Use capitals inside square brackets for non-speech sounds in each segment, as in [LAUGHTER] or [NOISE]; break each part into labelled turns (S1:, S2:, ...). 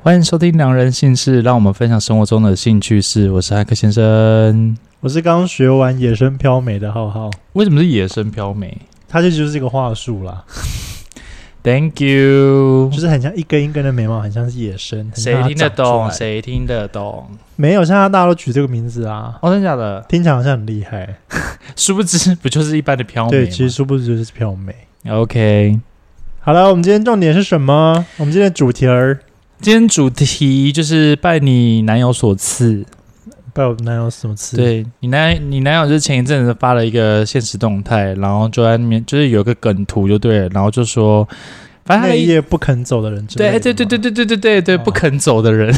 S1: 欢迎收听《良人姓氏》，让我们分享生活中的兴趣事。我是汉克先生。
S2: 我是刚学完野生漂美的浩浩，
S1: 为什么是野生飘美
S2: 它这就是一个话术
S1: [LAUGHS]
S2: 啦，
S1: ？Thank you
S2: 就。是很像一根一根的眉毛，很像是野生。很像
S1: 谁
S2: 它
S1: 听得
S2: 长出
S1: 懂？
S2: 来？
S1: 谁听得懂？
S2: 没有，现在大家都取这个名字啊，
S1: 哦，真的假的？
S2: 听起来好像很厉害。
S1: 殊不知，不就是一般的飘美
S2: 对，
S1: 吗
S2: 其实殊不知就是漂美。
S1: OK。
S2: 好了，我们今天重点是什么？我们今天的主题儿，
S1: 今天主题就是拜你男友所赐。
S2: 不知道我男友什么词？，
S1: 对你男你男友就是前一阵子发了一个现实动态，然后就在那边就是有一个梗图就对了，然后就说，反正他的
S2: 内
S1: 意
S2: 夜不肯走的人之类
S1: 哎对哎
S2: 的
S1: 对对对，
S2: 嘛
S1: 对对对对对
S2: 哦
S1: 不肯走的人，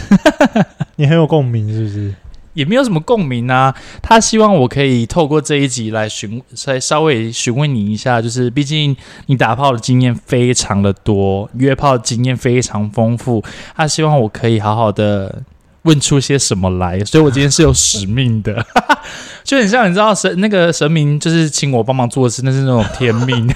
S2: 你很有共鸣是不
S1: [LAUGHS]
S2: 是？
S1: 也没有什么共鸣啊。他希望我可以透过这一集来询，来稍微询问你一下，就是毕竟你打炮的经验非常的多，约炮经验非常丰富，他希望我可以好好的问出些什么来，所以我今天是有使命的， [LAUGHS] 就很像你知道神那个神明就是请我帮忙做事，那是那种天
S2: [LAUGHS]
S1: 命。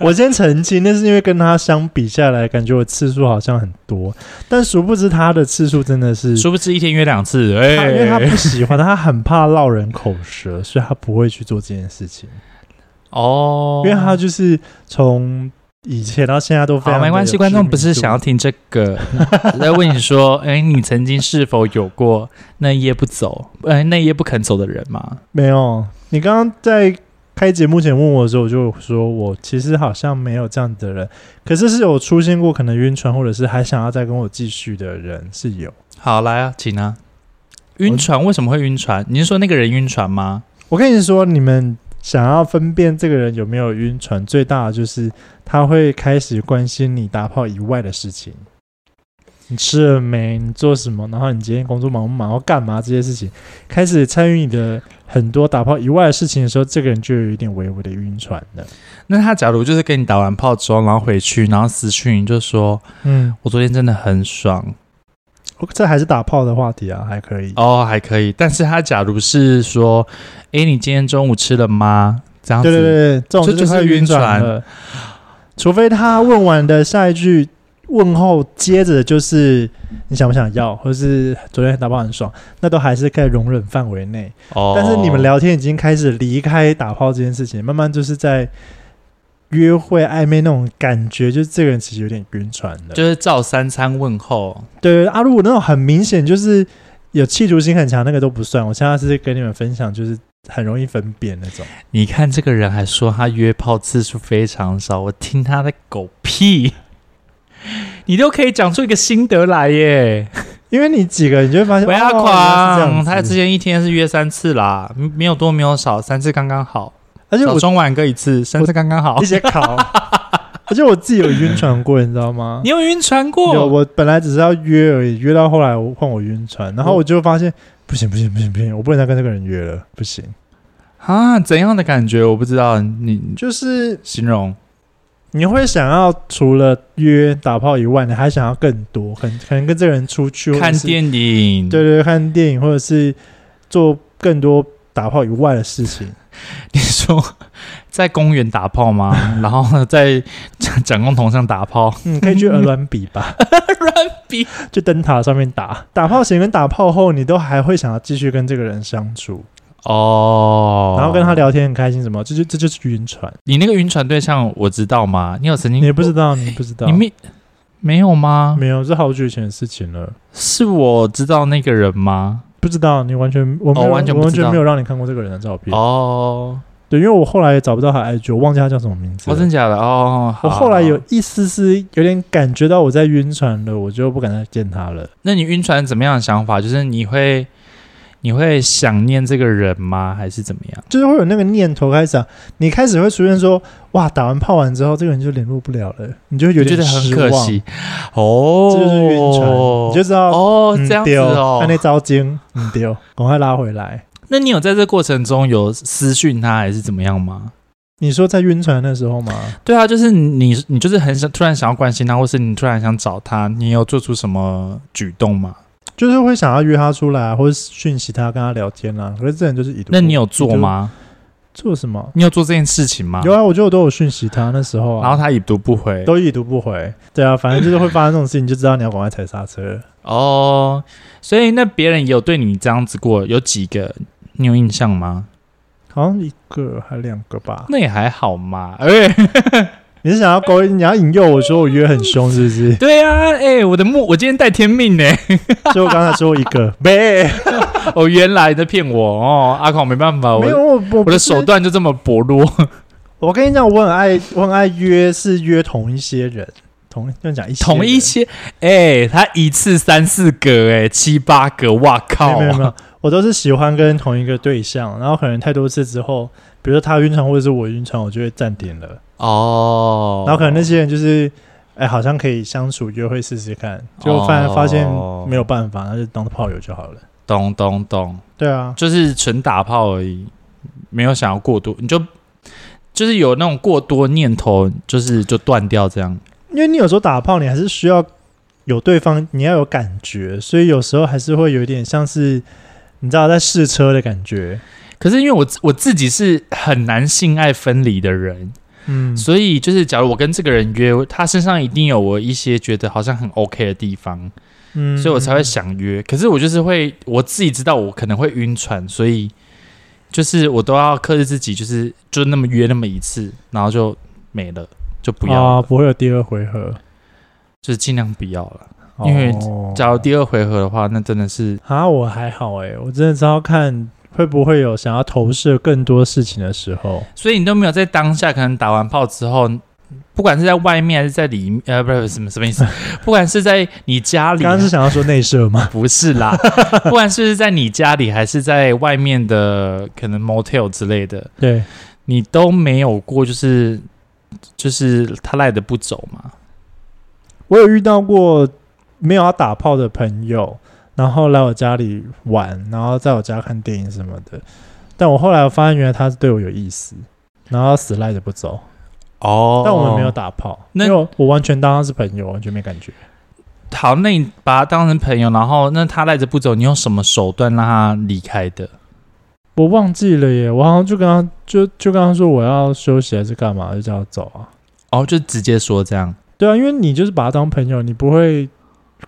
S2: 我先澄清，那是因为跟他相比下来，感觉我次数好像很多，但殊不知他的次数真的是
S1: 殊不知一天约两次，哎、
S2: [LAUGHS] 他因为他不喜欢，他很怕落人口舌，所以他不会去做这件事情。
S1: 哦，
S2: 因为他就是从以前到现在都非
S1: 好，
S2: 常
S1: 没关系，观众不是想要听这个， [LAUGHS] 我在问你说，哎、你曾经是否有过那夜不走，呃，那夜不肯走的人吗？
S2: 没有。你刚刚在开节目前问我的时候，我就说我其实好像没有这样的人，可是是有出现过可能晕船，或者是还想要再跟我继续的人是有。
S1: 好，来啊，请啊。晕船为什么会晕船？你是说那个人晕船吗？
S2: 我跟你说，你们想要分辨这个人有没有晕船，最大的就是他会开始关心你打炮以外的事情。你吃了没？你做什么？然后你今天工作忙不忙？要干嘛？这些事情开始参与你的很多打炮以外的事情的时候，这个人就有一点微微的晕船了。
S1: 那他假如就是跟你打完炮之后，然后回去，然后私讯你就说，
S2: 嗯，
S1: 我昨天真的很爽
S2: 这还是打炮的话题啊，还可以。
S1: 哦，还可以。但是他假如是说，哎、你今天中午吃了吗？这样子，
S2: 对对对，这种
S1: 这
S2: 就
S1: 啊就是
S2: 是
S1: 晕
S2: 晕
S1: 船
S2: 船了。除非他问完的下一句问候，接着就是你想不想要，或是昨天打炮很爽，那都还是在容忍范围内。
S1: 哦，
S2: 但是你们聊天已经开始离开打炮这件事情，慢慢就是在约会暧昧那种感觉，就是这个人其实有点晕船了。
S1: 就是照三餐问候，
S2: 对啊，如果那种很明显就是有企图心很强，那个都不算。我现在是跟你们分享，就是很容易分辨那种。
S1: 你看这个人还说他约炮次数非常少，我听他的狗屁， [LAUGHS] 你都可以讲出一个心得来
S2: [LAUGHS]
S1: 耶！
S2: 因为你几个，你就会发现
S1: 不要
S2: 哦原来
S1: 狂，
S2: 是这
S1: 他
S2: 样
S1: 之
S2: 子。
S1: 前一天是约三次啦，没没有多没有少，三次刚刚好，
S2: 而且
S1: 早
S2: 我
S1: 中晚各一次，三次刚刚好
S2: 一。些考，而且我自己有晕船过，你知道吗？
S1: [LAUGHS] 你有晕船
S2: 有，
S1: 过？
S2: 我本来只是要约而已，约到后来我换我晕船，然后
S1: 我
S2: 我就发现不行不行不行不行，我不能再跟这个人约了，不行。
S1: 啊？怎样的感觉？我不知道，你
S2: 就是
S1: 形容
S2: 你会想要除了约打炮以外，你还想要更多，可能可能跟这个人出去
S1: 看，
S2: 或者是
S1: 电影，
S2: 对，对，看电影或者是做更多打炮以外的事情。
S1: 你说在公园打炮吗？
S2: [LAUGHS]
S1: 然后在 [LAUGHS] 蒋蒋公铜上打炮，
S2: 嗯，可以去鹅卵比吧，
S1: 乱比
S2: 去灯塔上面打。打炮前跟打炮后，你都还会想要继续跟这个人相处。
S1: 哦，
S2: 然后跟他聊天很开心，什么，这就这就是晕船，
S1: 你那个晕船对象我知道吗？你有曾经
S2: 你也不知道，你不知道，
S1: 你没没有吗？
S2: 没有，这好久以前的事情了，
S1: 是我知道那个人吗？
S2: 不知道，你完全我没有、
S1: 哦完全不
S2: 我完
S1: 知道
S2: 全没有让你看过这个人的照片，
S1: 哦，
S2: 对，因为我后来也找不到他 IG，我忘记他叫什么名字
S1: 哦，
S2: 了。
S1: 真假的哦。好
S2: 我后来有，一丝丝有点感觉到我在晕船了，我就不敢再见他了。
S1: 那你晕船怎么样的想法？就是你会你会想念这个人吗？还是怎么样？
S2: 就是会有那个念头开始、啊，你开始会出现说，哇，打完炮完之后，这个人就联络不了了，你就会有
S1: 我觉
S2: 点
S1: 得很
S2: 失
S1: 可
S2: 望，
S1: 惜哦，
S2: 这就是晕船，你就知道
S1: 哦
S2: 嗯
S1: 这样子
S2: 对
S1: 哦
S2: 他。那招精，嗯丢， [LAUGHS] 赶快拉回来。
S1: 那你有在这过程中有私讯他还是怎么样吗？
S2: 你说在晕船的时候吗？
S1: 对啊，就是你，你就是很想突然想要关心他，或是你突然想找他，你有做出什么举动吗？
S2: 就是会想要约他出来啊，或者讯息他跟他聊天啊。可是这人就是已读不，
S1: 那你有做吗？
S2: 做什么？
S1: 你有做这件事情吗？
S2: 有啊，我觉得我都有讯息他那时候啊，
S1: 然后他已读不回。
S2: 都已读不回。对啊，反正就是会发生这种事情，就知道你要赶快踩刹车了。
S1: 哦，所以那别人有对你这样子过，有几个你有印象吗？
S2: 好像一个还两个吧。
S1: 那也还好嘛。哎、？
S2: 你是想要勾引，你要引诱我说我约很凶是不是
S1: [LAUGHS]
S2: [LAUGHS]
S1: 对啊，哎、我的木，我今天带天命呢。
S2: 就我刚才说一个， [LAUGHS] 没
S1: 哦，原来你在骗我哦，阿孔没办法，我
S2: 没有我我
S1: 我
S2: 不
S1: 的
S2: 是
S1: 手。段就这么薄弱。
S2: 我跟你讲，我很爱我很爱约，是约同一些人，同就讲一些人
S1: 同一些，哎、他一次三四个、哎，七八个，哇
S2: 没有
S1: 靠！
S2: 没有没有，我都是喜欢跟同一个对象，然后可能太多次之后，比如说他晕船或者是我晕船，我就会暂停了。
S1: 哦，
S2: 然后可能那些人就是，哎，好像可以相处约会试试看，就发
S1: 哦
S2: 发现没有办法，那就当炮友就好了。
S1: 懂懂懂，
S2: 对啊，
S1: 就是纯打炮而已，没有想要过多，你就就是有那种过多念头，就是就断掉这样。
S2: 因为你有时候打炮，你还是需要有对方，你要有感觉，所以有时候还是会有一点像是你知道在试车的感觉。
S1: 可是因为我我自己是很难性爱分离的人，
S2: 嗯，
S1: 所以就是假如我跟这个人约，他身上一定有我一些觉得好像很 OK 的地方，
S2: 嗯
S1: 所以我才会想约。可是我就是会我自己知道我可能会晕船，所以就是我都要克制自己，就是就那么约那么一次，然后就没了，就不要了，
S2: 哦不会有第二回合，
S1: 就是尽量不要了。因为
S2: 哦
S1: 假如第二回合的话，那真的是
S2: 啊，我还好哎、我真的是要看会不会有想要投射更多事情的时
S1: [LAUGHS]
S2: 候。
S1: 所以你都没有在当下，可能打完炮之后，不管是在外面还是在里面，呃，不是什么什么意思， [LAUGHS] 不管是在你家里，
S2: 刚刚是想要说内射吗？
S1: 不是
S2: [LAUGHS]
S1: 啦，不管是在你家里还是在外面的可能 motel 之类的，
S2: 对，
S1: 你都没有过，就是就是他赖的不走嘛。
S2: 我有遇到过没有要打炮的朋友，然后来我家里玩，然后在我家看电影什么的。但我后来发现，原来他是对我有意思，然后死赖着不走。
S1: 哦
S2: 但我们没有。打炮，
S1: 那
S2: 因为我我完全当他是朋友，完全没感觉。
S1: 好，那你把他当成朋友，然后那他赖着不走，你用什么手段让他离开的？
S2: 我忘记了耶，我好像就跟他就就跟他说我要休息还是干嘛，就叫他走啊。
S1: 哦，就直接说这样。
S2: 对啊，因为你就是把他当朋友，你不会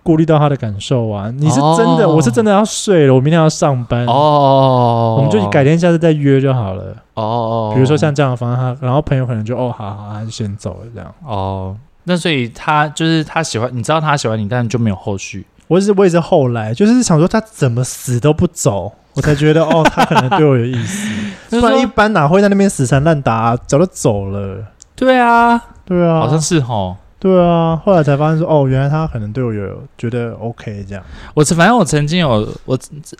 S2: 顾虑到他的感受啊。你是真的，
S1: 哦
S2: 我是真的要睡了，我明天要上
S1: 嗯
S2: 班。
S1: 哦，
S2: 我们就改天下次再约就好了。
S1: 哦，
S2: 比如说像这样的方案，他然后朋友可能就哦，好好，他就先走了这样。
S1: 哦，那所以他就是他喜欢，你知道他喜欢你，但就没有后续。
S2: 我也是我也是后来就是想说他怎么死都不走，我才觉得哦，他可能对我有意
S1: [LAUGHS]
S2: 思。
S1: 就是
S2: 不然一
S1: 说，
S2: 般哪会在那边死缠烂打、早就走了。
S1: 对啊，
S2: 对啊，
S1: 好像是吼。
S2: 对啊。后来才发现说哦，原来他可能对我有觉得 OK 这样。
S1: 我反正我曾经有我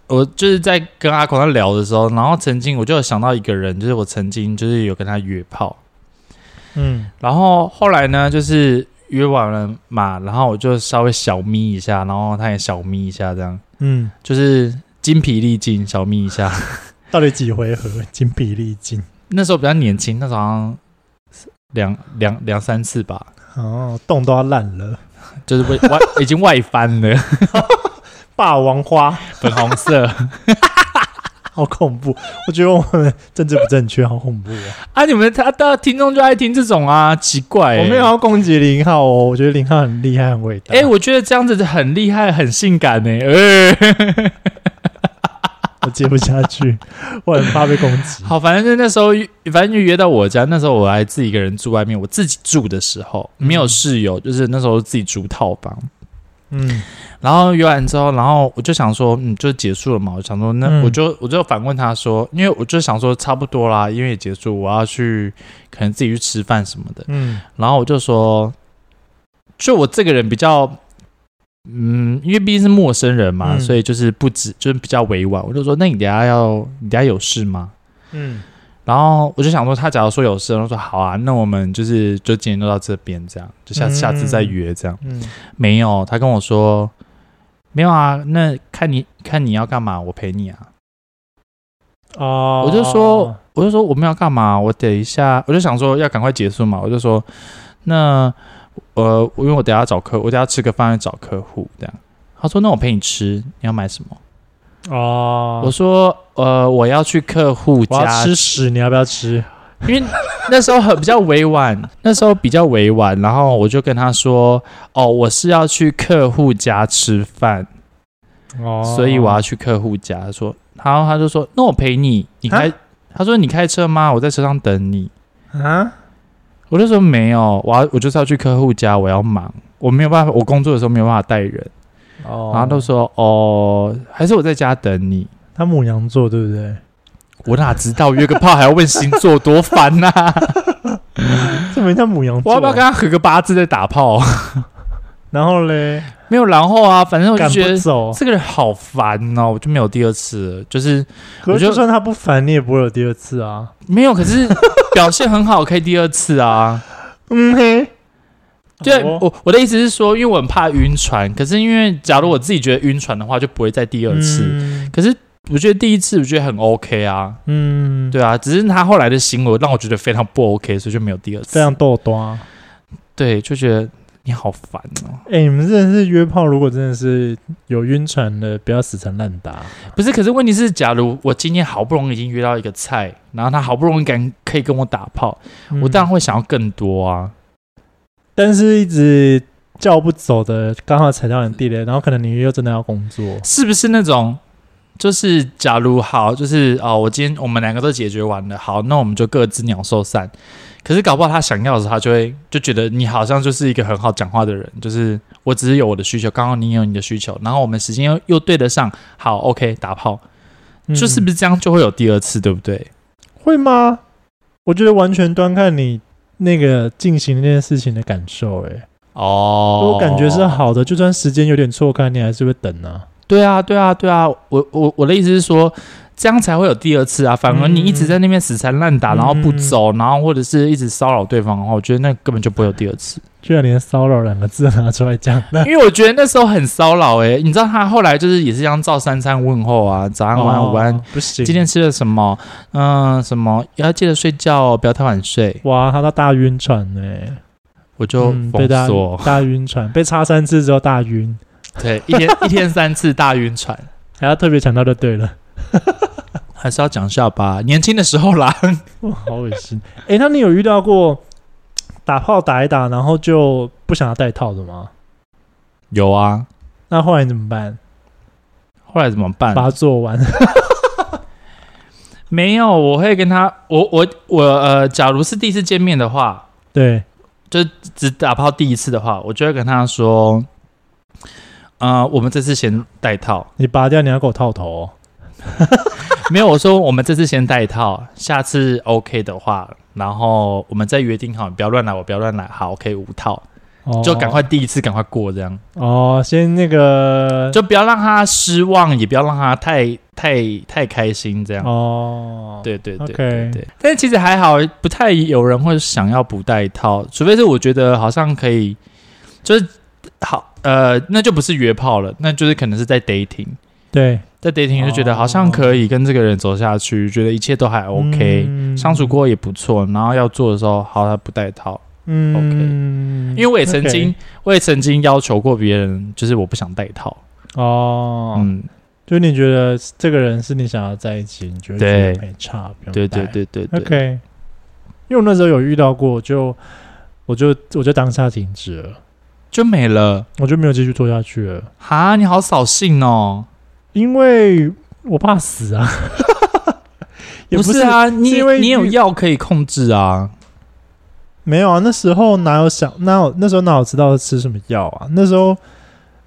S1: 我就是在跟阿孔在聊的时候，然后曾经我就有想到一个人，就是我曾经就是有跟他约炮，
S2: 嗯，
S1: 然后后来呢就是约完了嘛，然后我就稍微小眯一下，然后他也小眯一下，这样
S2: 嗯，
S1: 就是精疲力尽，小眯一下。 [LAUGHS]
S2: 到底几回合？精疲力尽。
S1: 那时候比较年轻，那时候好像两两两三次吧，
S2: 哦，洞都要烂了。
S1: 就是被外已经外翻了，
S2: 霸王花，
S1: 粉红色。
S2: 好恐怖！我觉得我们政治不正确，好恐怖啊！
S1: [LAUGHS] 啊，你们他的听众就爱听这种啊，奇怪、欸，
S2: 我没有要攻击林浩哦，我觉得林浩很厉害，很伟大。
S1: 哎、我觉得这样子很厉害，很性感呢、 [LAUGHS] 欸。
S2: 我接不下
S1: [LAUGHS]
S2: 去，我很怕被攻击。
S1: 好，反正就那时候，反正就约到我家。那时候我还自己一个人住外面，我自己住的时候没有室友，就是那时候自己住套房。
S2: 嗯
S1: 然后约完之后，然后我就想说，嗯，就结束了嘛。我想说，那
S2: 嗯
S1: 我就、我就反问他说，因为我就想说差不多啦，因为也结束，我要去可能自己去吃饭什么的。
S2: 嗯
S1: 然后我就说，就我这个人比较，嗯，因为毕竟是陌生人嘛，
S2: 嗯
S1: 所以就是不止，就是比较委婉。我就说，那你等一下要，你等一下有事吗？
S2: 嗯
S1: 然后我就想说，他假如说有事，然后说好啊，那我们就是就今天就到这边这样，就下
S2: 嗯
S1: 下次再约这样。
S2: 嗯，
S1: 没有，他跟我说没有啊，那看你看你要干嘛，我陪你啊。
S2: 哦，
S1: 我就说，我就说我们啊要干嘛？我等一下，我就想说要赶快结束嘛。我就说，那呃，因为我等一下找客，我等一下吃个饭去找客户这样。他说，那我陪你吃，你要买什么？
S2: 哦，
S1: 我说呃，我要去客户
S2: 我
S1: 家
S2: 要吃屎，你要不要吃？
S1: 因为那时候很比较委婉，那时候比较委婉，然后我就跟他说：“哦，我是要去客户家吃饭，
S2: 哦，
S1: 所以我要去客户家。”他说，然后他就说：“那我陪你，你开。”他说：“你开车吗？我在车上等你。
S2: 啊，”
S1: 我就说：“没有，我要我就是要去客户家，我要忙，我没有办法，我工作的时候没有办法带人。”
S2: 哦
S1: 然后他都说：“哦，还是我在家等你。”
S2: 他母羊座对不对？
S1: 我哪知道约个炮还要问星座，多烦啊呐、
S2: 这没叫母羊
S1: [LAUGHS]
S2: 座，
S1: 我要不要跟他合个八字再打炮？
S2: 然后嘞，
S1: 没有然后啊，反正我就
S2: 赶
S1: 觉
S2: 不
S1: 得
S2: 走。
S1: 这个人好烦哦，我就没有第二次了，就是
S2: 可
S1: 我
S2: 是
S1: 就
S2: 就算他不烦，你也不会有第二次啊。
S1: 没有，可
S2: [LAUGHS]
S1: 是表现很好，可以第二次啊。
S2: 嗯嘿，
S1: 对，
S2: 哦
S1: 我我的意思是说，因为我很怕晕船，可是因为假如我自己觉得晕船的话，就不会再第二次。
S2: 嗯
S1: 可是我觉得第一次我觉得很 OK 啊，
S2: 嗯，
S1: 对啊，只是他后来的行为让我觉得非常不 OK，所以就没有第二次。
S2: 非常逗端。
S1: 对，就觉得你好烦哦。
S2: 哎、你们真的是约炮，如果真的是有晕船的，不要死缠烂打。
S1: 不是，可是问题是，假如我今天好不容易已经约到一个菜，然后他好不容易敢可以跟我打炮，我当然
S2: 然，
S1: 会想要更多啊。
S2: 但是一直叫不走的，刚好踩到你地雷，然后可能你又真的要工作。
S1: 是不是那种，就是假如好，就是哦，我今天我们两个都解决完了，好，那我们就各自鸟兽散。可是搞不好他想要的时候，他就会就觉得你好像就是一个很好讲话的人，就是我只是有我的需求，刚好你也有你的需求，然后我们时间又又对得上，好，OK，打炮，
S2: 嗯
S1: 就是不是这样就会有第二次，对不对？
S2: 会吗？我觉得完全端看你那个进行那件事情的感受、欸。哎，
S1: 哦，
S2: 我感觉是好的，就算时间有点错开，你还是会等啊。
S1: 对啊，对啊，对啊，我我我的意思是说，这样才会有第二次啊。反而你一直在那边死缠烂打，
S2: 嗯
S1: 然后不走，然后或者是一直骚扰对方的话，我觉得那根本就不会有第二次。
S2: 居然连骚扰两个字拿出来讲，那
S1: 因为我觉得那时候很骚扰诶、你知道他后来就是也是这样照三餐问候啊，早安、晚安、午安，
S2: 哦不行。
S1: 今天吃了什么？嗯、什么要记得睡觉哦，不要太晚睡。
S2: 哇，他到大晕船呢、欸，
S1: 我就
S2: 嗯
S1: 封
S2: 被大
S1: 锁，
S2: 大晕船，被插三次之后大晕，
S1: 对，一天一天三次大晕船，
S2: 还哎要特别强调就对了。 [LAUGHS]
S1: 还是要讲一下吧，年轻的时候
S2: [LAUGHS]
S1: 啦。
S2: 哇，好恶心！哎、那你有遇到过打炮打一打，然后就不想要戴套的吗？
S1: 有啊，
S2: 那后来怎么办？
S1: 后来怎么办？
S2: 把它做完。 [LAUGHS]
S1: 没有，我会跟他，我我我呃，假如是第一次见面的话，
S2: 对，
S1: 只打炮第一次的话，我就会跟他说，呃，我们这次先戴套， [LAUGHS]
S2: 你拔掉，你要给我套头哦、
S1: 没有，我说我们这次先戴套，下次 OK 的话，然后我们再约定好，你不要乱来，我不要乱来，好，OK 无套，
S2: 哦
S1: 就赶快第一次赶快过，这样
S2: 哦，先那个
S1: 就不要让他失望，也不要让他太太太开心，这样。
S2: 哦，
S1: 对对对
S2: OK
S1: 对对，但是其实还好，不太有人会想要不戴套，除非是我觉得好像可以，就是好呃，那就不是约炮了，那就是可能是在 dating，
S2: 对
S1: 在 dating 就觉得
S2: 哦
S1: 好像可以跟这个人走下去，觉得一切都还 OK，、
S2: 嗯
S1: 相处过也不错，然后要做的时候好，他不戴套，
S2: 嗯
S1: 因为我也曾
S2: OK
S1: 经我也曾经要求过别人，就是我不想戴套，
S2: 哦，
S1: 嗯，
S2: 就你觉得这个人是你想要在一起，你觉得
S1: 对
S2: 觉得没差，不用
S1: 对对
S2: 带
S1: 对对对
S2: ，OK。因为我那时候有遇到过，就我就我就当下停止了，
S1: 就没了。
S2: 我就没有继续拖下去了，
S1: 哈，你好扫兴哦！
S2: 因为我怕死啊。 [LAUGHS] 也
S1: 不
S2: 是
S1: 是，啊，你
S2: 是因为
S1: 你有
S2: 遇
S1: 药可以控制啊。
S2: 没有啊，那时候哪有想，哪有那时候哪有知道吃什么药啊？那时候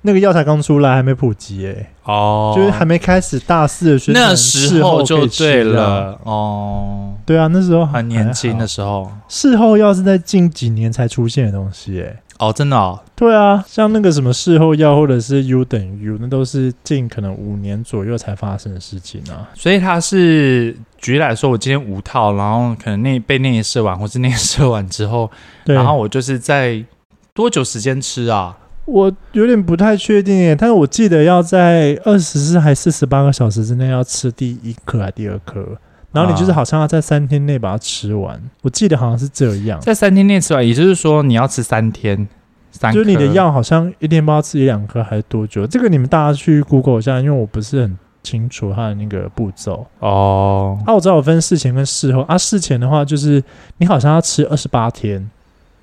S2: 那个药才刚出来，还没普及诶、
S1: 哦
S2: 就是还没开始大肆的宣传，
S1: 那时
S2: 候
S1: 候就对
S2: 可以吃药。
S1: 了哦，
S2: 啊对啊，那时候
S1: 很年轻的
S2: 的。
S1: 时候
S2: 事后药是在近几年才出现的东西、欸，
S1: 哦，真的哦，
S2: 对啊，像那个什么事后药或者是 U 等于 U，那都是近可能五年左右才发生的事情啊。
S1: 所以他是举例来说，我今天五套，然后可能那被内射完，或是内射完之后，
S2: 对，
S1: 然后我就是在多久时间吃啊？
S2: 我有点不太确定、欸，但是我记得要在二十四还四十八个小时之内要吃第一颗还第二颗，然后你就是
S1: 啊
S2: 好像要在三天内把它吃完，我记得好像是这样，
S1: 在三天内吃完，也就是说你要吃三天，三
S2: 就是你的
S1: 颗
S2: 药好像一天不知道吃一两颗还是多久，这个你们大家去 Google 一下，因为我不是很清楚它的那个步骤。
S1: 哦，
S2: 啊，我知道我分事前跟事后啊。事前的话，就是你好像要吃二十八天，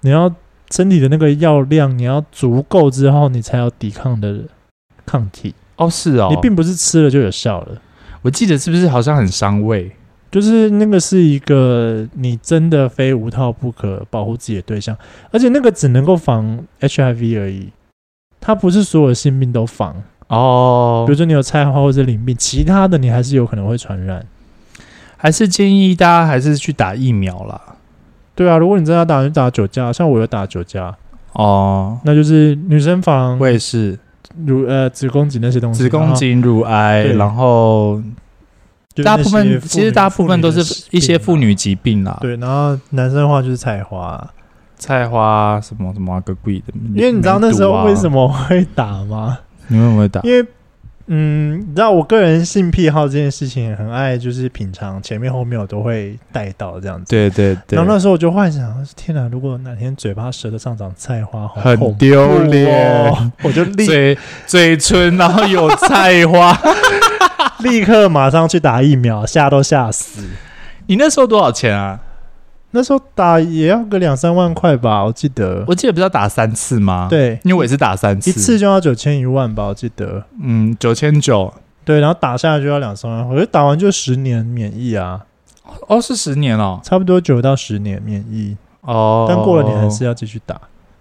S2: 你要身体的那个药量，你要足够之后，你才有抵抗的抗体。
S1: 哦是哦，
S2: 你并不是吃了就有效了，
S1: 我记得是不是好像很伤胃？
S2: 就是那个是一个你真的非无套不可保护自己的对象，而且那个只能够防 HIV 而已，它不是所有的性病都防。
S1: 哦
S2: 比如，说你有菜花或者淋病，其他的你还是有可能会传染。
S1: 还是建议大家还是去打疫苗啦。
S2: 对啊，如果你真的要打，就打酒驾，像我有打酒驾，
S1: 哦，
S2: 那就是女生房
S1: 我也是，
S2: 乳呃子宫颈那些东西，
S1: 子宫颈乳癌，
S2: 对
S1: 然后
S2: 然后就是
S1: 大
S2: 那些
S1: 部
S2: 妇女，
S1: 分其实大部分都是一些妇
S2: 病
S1: 女疾病啦
S2: 啊。，对，然后男生的话就是菜花，
S1: 菜花什么什么啊个贵的，
S2: 因为你知道那时候为什
S1: 么
S2: 么会打吗？
S1: 你们有没有打？
S2: 因为嗯，你知道我个人性癖好这件事情很爱，就是品尝前面后面我都会带到这样子。
S1: 对对对，
S2: 然后那时候我就幻想，天哪！如果哪天嘴巴舌头上长菜花，好恐怖
S1: 很丢脸，
S2: 哦，我就立
S1: 嘴嘴唇然后有菜花。
S2: [LAUGHS] 立刻马上去打疫苗，吓都吓死。
S1: 你那时候多少钱啊？
S2: 那时候打也要个两三万块吧，我记得。
S1: 我记得不是要打三次吗？，
S2: 对，
S1: 因为我也是打三次，
S2: 一次就要九千一万吧，我记得。
S1: 嗯九千九，
S2: 对，然后打下来就要两三万，我觉得打完就十年免疫啊，
S1: 哦是十年哦，
S2: 差不多九到十年免疫，
S1: 哦，
S2: 但过了你还是要继续打。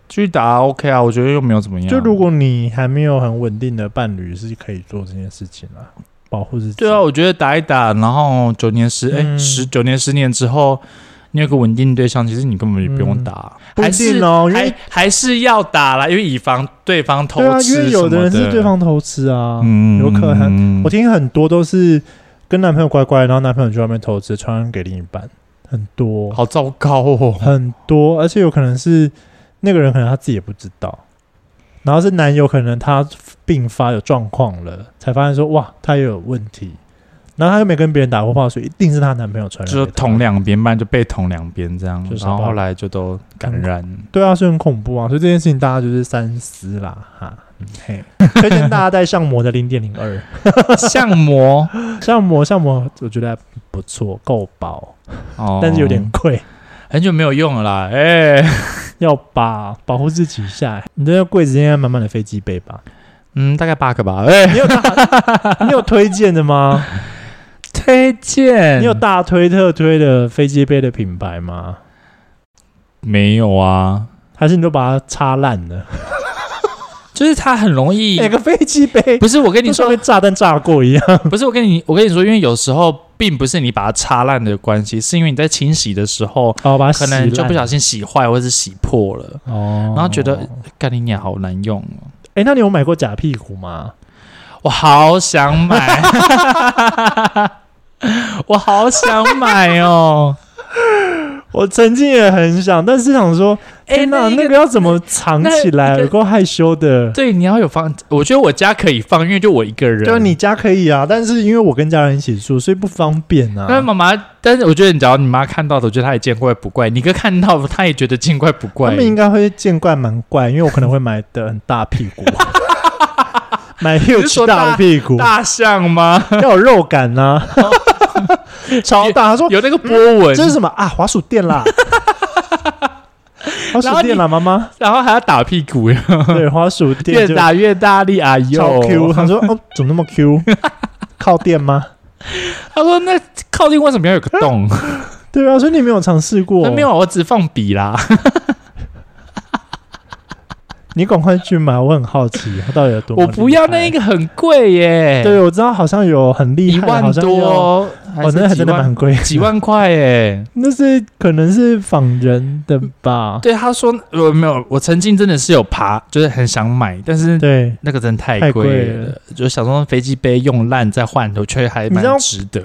S1: 继续打 OK 啊，我觉得又没有怎么样。
S2: 就如果你还没有很稳定的伴侣，是可以做这件事情啊，保护自己。
S1: 对啊，，我觉得打一打，然后九年十哎
S2: 嗯
S1: 十九年十年之后，你有个稳定对象，其实你根本就不用打，
S2: 不一
S1: 还是
S2: 定哦，因为
S1: 还还是要打啦，因为以防对方偷
S2: 对啊，
S1: 吃
S2: 因为
S1: 什么
S2: 有的人是
S1: 的
S2: 对，方偷吃啊，
S1: 嗯
S2: 有可
S1: 能
S2: 我听很多都是跟男朋友乖乖，然后男朋友去外面偷吃，传染给另一半，很多
S1: 好糟糕
S2: [LAUGHS]
S1: 哦，
S2: 很多，而且有可能是那个人可能他自己也不知道，然后是男友可能他病发有状况了，才发现说哇他也有问题，然后他又没跟别人打过炮，所以一定是她男朋友传染，
S1: 就是捅，两边，不然就被捅两边这样
S2: 啊就，是
S1: 然后
S2: 吧
S1: 后来就都感染。
S2: 对啊，所以很恐怖啊，所以这件事情大家就是三思啦哈。嗯嘿，推荐大家带相模的零点零二， [LAUGHS]
S1: [LAUGHS] 像膜，
S2: 相模相模我觉得还不错，够薄，
S1: 哦
S2: 但是有点贵。
S1: 很久没有用了啦，哎、
S2: 要把保护自己一下。你这个柜子应该满满的飞机杯吧？
S1: 嗯，大概八个吧，哎、
S2: 你有大 [LAUGHS] 你有推荐的吗？
S1: 推荐
S2: 你有大推特推的飞机杯的品牌吗？
S1: 没有啊？
S2: 还是你都把它擦烂了？
S1: 就是它很容易，
S2: 每个飞机杯
S1: [LAUGHS] 不是我跟你
S2: 就
S1: 说
S2: [LAUGHS] 像，被炸弹炸过一样。
S1: 不是我跟你，我跟你说，因为有时候并不是你把它擦烂的关系，是因为你在清洗的时候，
S2: 哦，把它
S1: 可
S2: 洗
S1: 能就不
S2: 烂
S1: 小心洗坏或是洗破了，
S2: 哦，
S1: 然后觉得干你娘好难用哦。
S2: 哎、那你有买过假屁股吗？
S1: 我好想买， [LAUGHS] 我好想买哦！
S2: 我曾经也很想，但是想说，
S1: 哎
S2: 天哪，
S1: 那一个
S2: 那个要怎么藏起
S1: 那
S2: 来？
S1: 一个
S2: 有够害羞的。
S1: 对，你要有放，我觉得我家可以放，因为就我一个人。
S2: 对啊，你家可以啊，但是因为我跟家人一起住，所以不方便啊。
S1: 那妈妈，但是我觉得，只要你妈看到的，我觉得她也见怪不怪；你哥看到，他也觉得见怪不怪。
S2: 他们应该会见怪蛮怪，因为我可能会买的很大屁
S1: [LAUGHS]
S2: 股，买
S1: 你是
S2: huge
S1: 说大
S2: 大的屁股，
S1: 大象吗？
S2: [LAUGHS] 要有肉感
S1: [LAUGHS]
S2: 呐、 [LAUGHS] 超大。他说
S1: 有那个波纹，
S2: 这是什么啊？滑鼠垫啦， [LAUGHS] 滑鼠垫啦，
S1: [LAUGHS]
S2: 妈妈，
S1: 然后还要打屁股，
S2: 对，滑鼠
S1: 越
S2: 垫就
S1: 打越大力。哎
S2: 超
S1: 呦 [LAUGHS]
S2: Q。他说哦，怎么那么 Q？靠垫吗？
S1: 他说：“那靠近为什么要有个
S2: [LAUGHS]
S1: 洞？
S2: 对啊，所以你没有尝试过
S1: 那，没有，我只放笔啦。
S2: 你赶快去买，我很好奇它到底有多么
S1: 我
S2: 厉害。
S1: 不要那一个很贵耶，
S2: 哎对，我知道好像有很厉
S1: 一
S2: 害的，
S1: 万
S2: 好像
S1: 多
S2: 要哦，
S1: 哦，还
S2: 那还
S1: 是
S2: 真
S1: 几
S2: 的
S1: 万
S2: 蛮贵的，
S1: 几万块耶。
S2: 那是可能是仿人的吧？
S1: 对，他说我没有，我曾经真的是有爬，就是很想买，但是
S2: 对，
S1: 那个真的太
S2: 太
S1: 贵
S2: 贵
S1: 了，
S2: 了
S1: 就想说飞机杯用烂再换，我觉得还
S2: 你知道
S1: 蛮值得。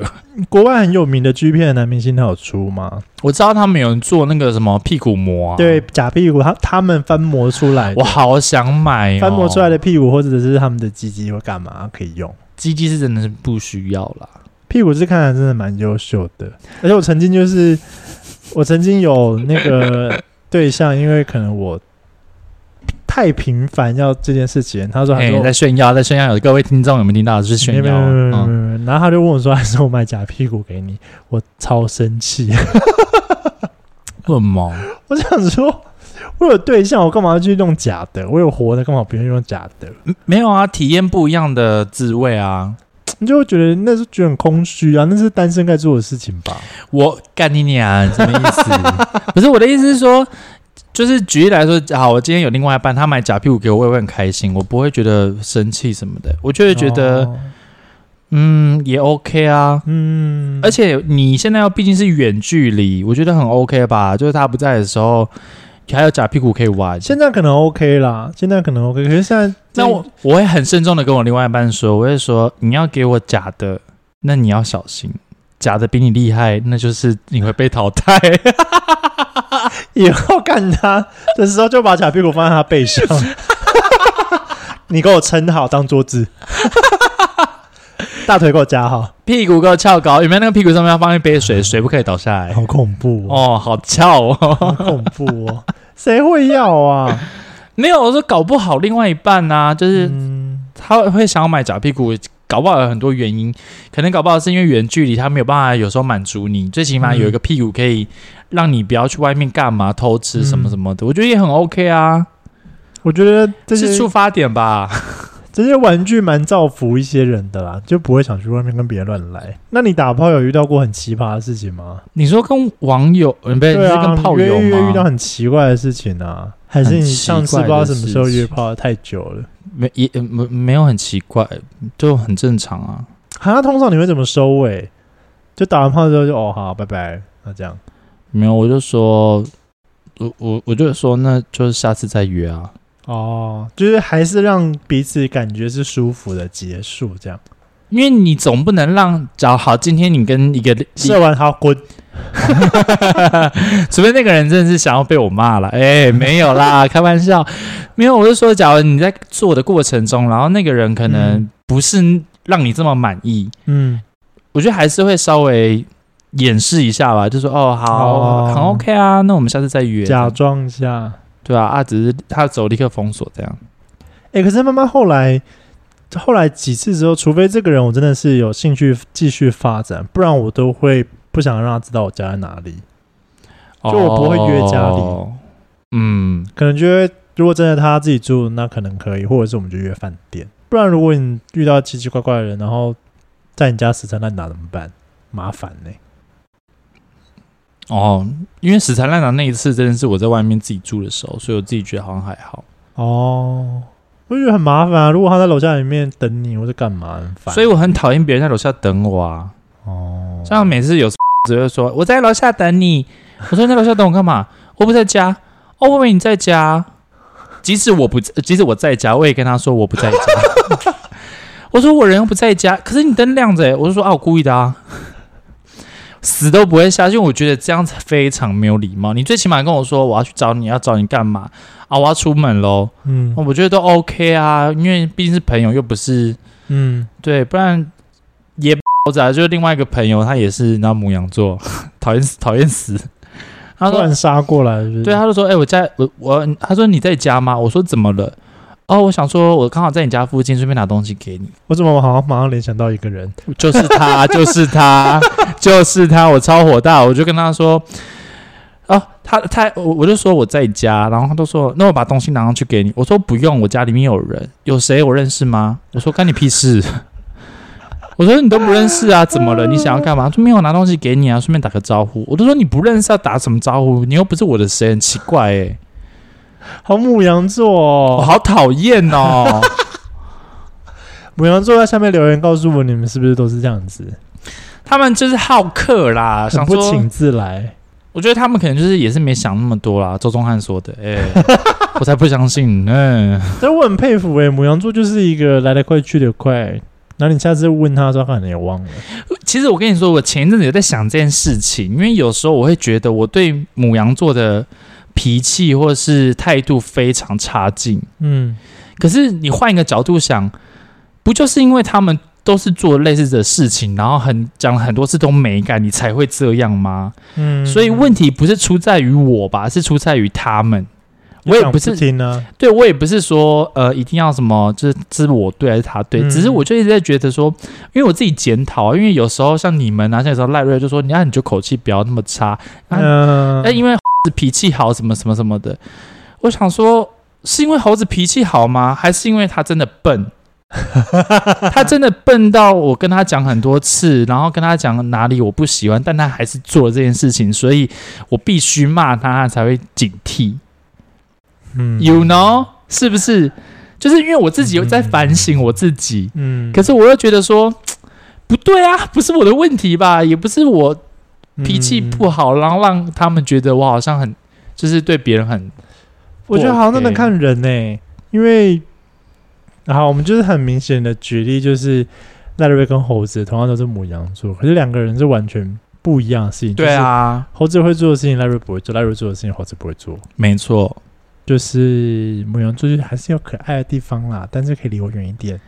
S2: 国外很有名的 G 片的男明星他有出吗？
S1: 我知道他们有人做那个什么屁股膜、啊，
S2: 对，，假屁股，他他们翻模出来的
S1: 我，好想买、哦。
S2: 翻模出来的屁股或者是他们的鸡鸡或干嘛可以用。
S1: 鸡鸡是真的是不需要啦。
S2: 屁股是看起来真的蛮优秀的，而且我曾经就是，我曾经有那个 [LAUGHS] 对象，因为可能我太频繁要这件事情，他说他
S1: 哎、
S2: 说
S1: 在炫耀，在炫耀，有各位听众有没有听到？就是
S2: 没
S1: 炫
S2: 有没
S1: 耀，
S2: 有没有没有
S1: 嗯，
S2: 没有然后他就问我说：“还是我买假屁股给你？”我超生气， [LAUGHS]
S1: 问毛，
S2: 我想说，我有对象，我干嘛要去弄假的？我有活的，干嘛不愿意用假的？
S1: 嗯没有啊，体验不一样的滋味啊！
S2: 你就会觉得那是觉得很空虚啊，那是单身该做的事情吧？
S1: 我干你娘，什么意思？ [LAUGHS] 不是我的意思是说，就是举例来说，好，我今天有另外一半，他买假屁股给我，我也会很开心，我不会觉得生气什么的，我就会觉得，
S2: 哦
S1: 嗯，也 OK 啊。
S2: 嗯，
S1: 而且你现在要毕竟是远距离，我觉得很 OK 吧？就是他不在的时候，还有假屁股可以玩。
S2: 现在可能 OK 啦，现在可能 OK，可是现在
S1: 那我我会很慎重的跟我另外一半说，我会说你要给我假的，那你要小心，假的比你厉害，那就是你会被淘汰。 [LAUGHS]
S2: 以后干他的时候就把假屁股放在他
S1: [LAUGHS]
S2: 背上，你给我撑好当
S1: [LAUGHS]
S2: 桌子，大腿给我夹好，
S1: 屁股给我翘高，有没有那个屁股上面要放一杯水，水不可以倒下来 [LAUGHS]
S2: 好。恐怖哦，
S1: 哦，好翘哦。 [LAUGHS]
S2: 好恐怖哦，谁会要啊？
S1: 没有，我说搞不好另外一半呢、就是
S2: 嗯，
S1: 他会想要买假屁股，搞不好有很多原因，可能搞不好是因为远距离他没有办法，有时候满足你，最起码有一个屁股可以让你不要去外面干嘛偷吃什么什么的，我觉得也很 OK 啊，
S2: 我觉得
S1: 这
S2: 这
S1: 是
S2: 些
S1: 出发点吧？
S2: 这些玩具蛮造福一些人的啦，就不会想去外面跟别人乱来。那你打炮有遇到过很奇葩的事情吗？
S1: 你说跟网友，呃、不是、
S2: 对
S1: 你是
S2: 啊，
S1: 跟炮
S2: 约
S1: 友
S2: 一约遇到
S1: 吗？
S2: 很奇怪的事情啊，还是你上次不知道什么时候
S1: 很奇怪的事
S2: 约
S1: 情
S2: 炮得太久了？
S1: 没也呃没没有很奇怪，就很正常啊。
S2: 啊，通常你会怎么收尾？就打完炮之后就哦好，拜拜，那这样
S1: 没有，我就说，我我我就说，那就是下次再约啊。
S2: 哦，就是还是让彼此感觉是舒服的结束，这样
S1: 因为你总不能让，找好今天你跟一
S2: [LAUGHS]
S1: 个
S2: 射完好滚，
S1: [LAUGHS] 除非那个人真的是想要被我骂了，哎、没有
S2: [LAUGHS]
S1: 啦，开玩笑，没有，我是说，假如你在做的过程中，然后那个人可能
S2: 嗯
S1: 不是让你这么满意，
S2: 嗯，
S1: 我觉得还是会稍微掩饰一下吧，就说哦，好，
S2: 哦
S1: 很 OK 啊，那我们下次再约，
S2: 假装一下。
S1: 对啊，啊，只是他走立刻封锁这样，
S2: 哎、可是妈妈后来后来几次之后，除非这个人我真的是有兴趣继续发展，不然我都会不想让他知道我家在哪里。就我不会约家里
S1: 哦嗯，
S2: 可能觉得如果真的他自己住，那可能可以，或者是我们就约饭店。不然如果你遇到奇奇怪怪的人，然后在你家死缠烂打怎么办？麻烦呢、
S1: 哦，因为死缠烂打那一次真的是我在外面自己住的时候，所以我自己觉得好像还好。
S2: 哦，我觉得很麻烦啊。如果他在楼下里面等你，或者干嘛，很烦。
S1: 所以我很讨厌别人在楼下等我啊。
S2: 哦，
S1: 像每次有 [LAUGHS] 只会说我在楼下等你，我说在楼下等我干嘛？我不在家。哦，我以为你在家。即使我不在，即使我在家，我也跟他说我不在家。 [LAUGHS] 我说我人又不在家，可是你灯亮着、欸，我就说啊，我故意的啊，死都不会下，因为我觉得这样子非常没有礼貌。你最起码跟我说我要去找你，要找你干嘛啊？我要出门喽，
S2: 嗯
S1: 我觉得都 OK 啊，因为毕竟是朋友，又不是
S2: 嗯，
S1: 对，不然也包子啊，就是另外一个朋友，他也是那母羊座， [LAUGHS] 讨厌死，讨厌死。他
S2: 突
S1: 说
S2: 然，杀过来是不是，
S1: 对，他就说，哎、我在，我我，他说你在家吗？我说怎么了？哦，我想说，我刚好在你家附近，顺便拿东西给你。
S2: 我怎么好像马上联想到一个人？
S1: 就是他，就是他，就是他，我超火大，我就跟他说，哦，他他我我就说我在家，然后他都说，那我把东西拿上去给你，我说不用，我家里面有人，有谁我认识吗？我说干你屁事， [LAUGHS] 我说你都不认识啊，怎么了？你想要干嘛？他说没有我拿东西给你啊，顺便打个招呼。我都说你不认识要打什么招呼？你又不是我的谁，很奇怪哎、
S2: 好母羊座
S1: 我、
S2: 哦，
S1: 好讨厌
S2: [LAUGHS]
S1: 哦。
S2: 母羊座在下面留言告诉我，你们是不是都是这样子，
S1: 他们就是好客啦，
S2: 很
S1: 想
S2: 不
S1: 说
S2: 请自来？
S1: 我觉得他们可能就是也是没想那么多啦。周宗翰说的， [LAUGHS] 哎、我才不相信。嗯、
S2: 但我很佩服诶、欸母羊座就是一个来得快去得快。那你下次问他的时候，他可能也忘了。
S1: 其实我跟你说，我前一阵子有在想这件事情，因为有时候我会觉得我对母羊座的脾气或是态度非常差劲。
S2: 嗯，
S1: 可是你换一个角度想，不就是因为他们都是做类似的事情，然后很讲了很多次都没改，你才会这样吗？
S2: 嗯
S1: 所以问题不是出在于我吧，是出在于他们。我也
S2: 讲
S1: 不是
S2: 听啊呢，
S1: 对我也不是说呃一定要什么，就是是我对还是他对，
S2: 嗯
S1: 只是我就一直在觉得说，因为我自己检讨啊，因为有时候像你们啊，像有时候赖瑞就说，你那、你就口气不要那么差，啊
S2: 嗯，
S1: 那、因为猴子脾气好什么什么什么的，我想说是因为猴子脾气好吗？还是因为他真的笨？ [LAUGHS] 他真的笨到我跟他讲很多次，然后跟他讲哪里我不喜欢，但他还是做了这件事情，所以我必须骂他，他才会警惕。
S2: 嗯
S1: You know，是不是？就是因为我自己有在反省我自己，
S2: 嗯，
S1: 可是我又觉得说不对啊，不是我的问题吧，也不是我脾气不
S2: 好，
S1: 好，然后让他们觉得我好像很就是对别人很
S2: 嗯我觉得好像真的
S1: OK
S2: 看人呢、因为好，我们就是很明显的举例，就是赖瑞跟猴子同样都是母羊座，可是两个人是完全不一样的事情，
S1: 对，啊，
S2: 猴子会做的事情赖瑞不会做，赖瑞做的事情猴子不会做。
S1: 没错，
S2: 就是母羊座，就是还是有可爱的地方啦，但是可以离我远一点。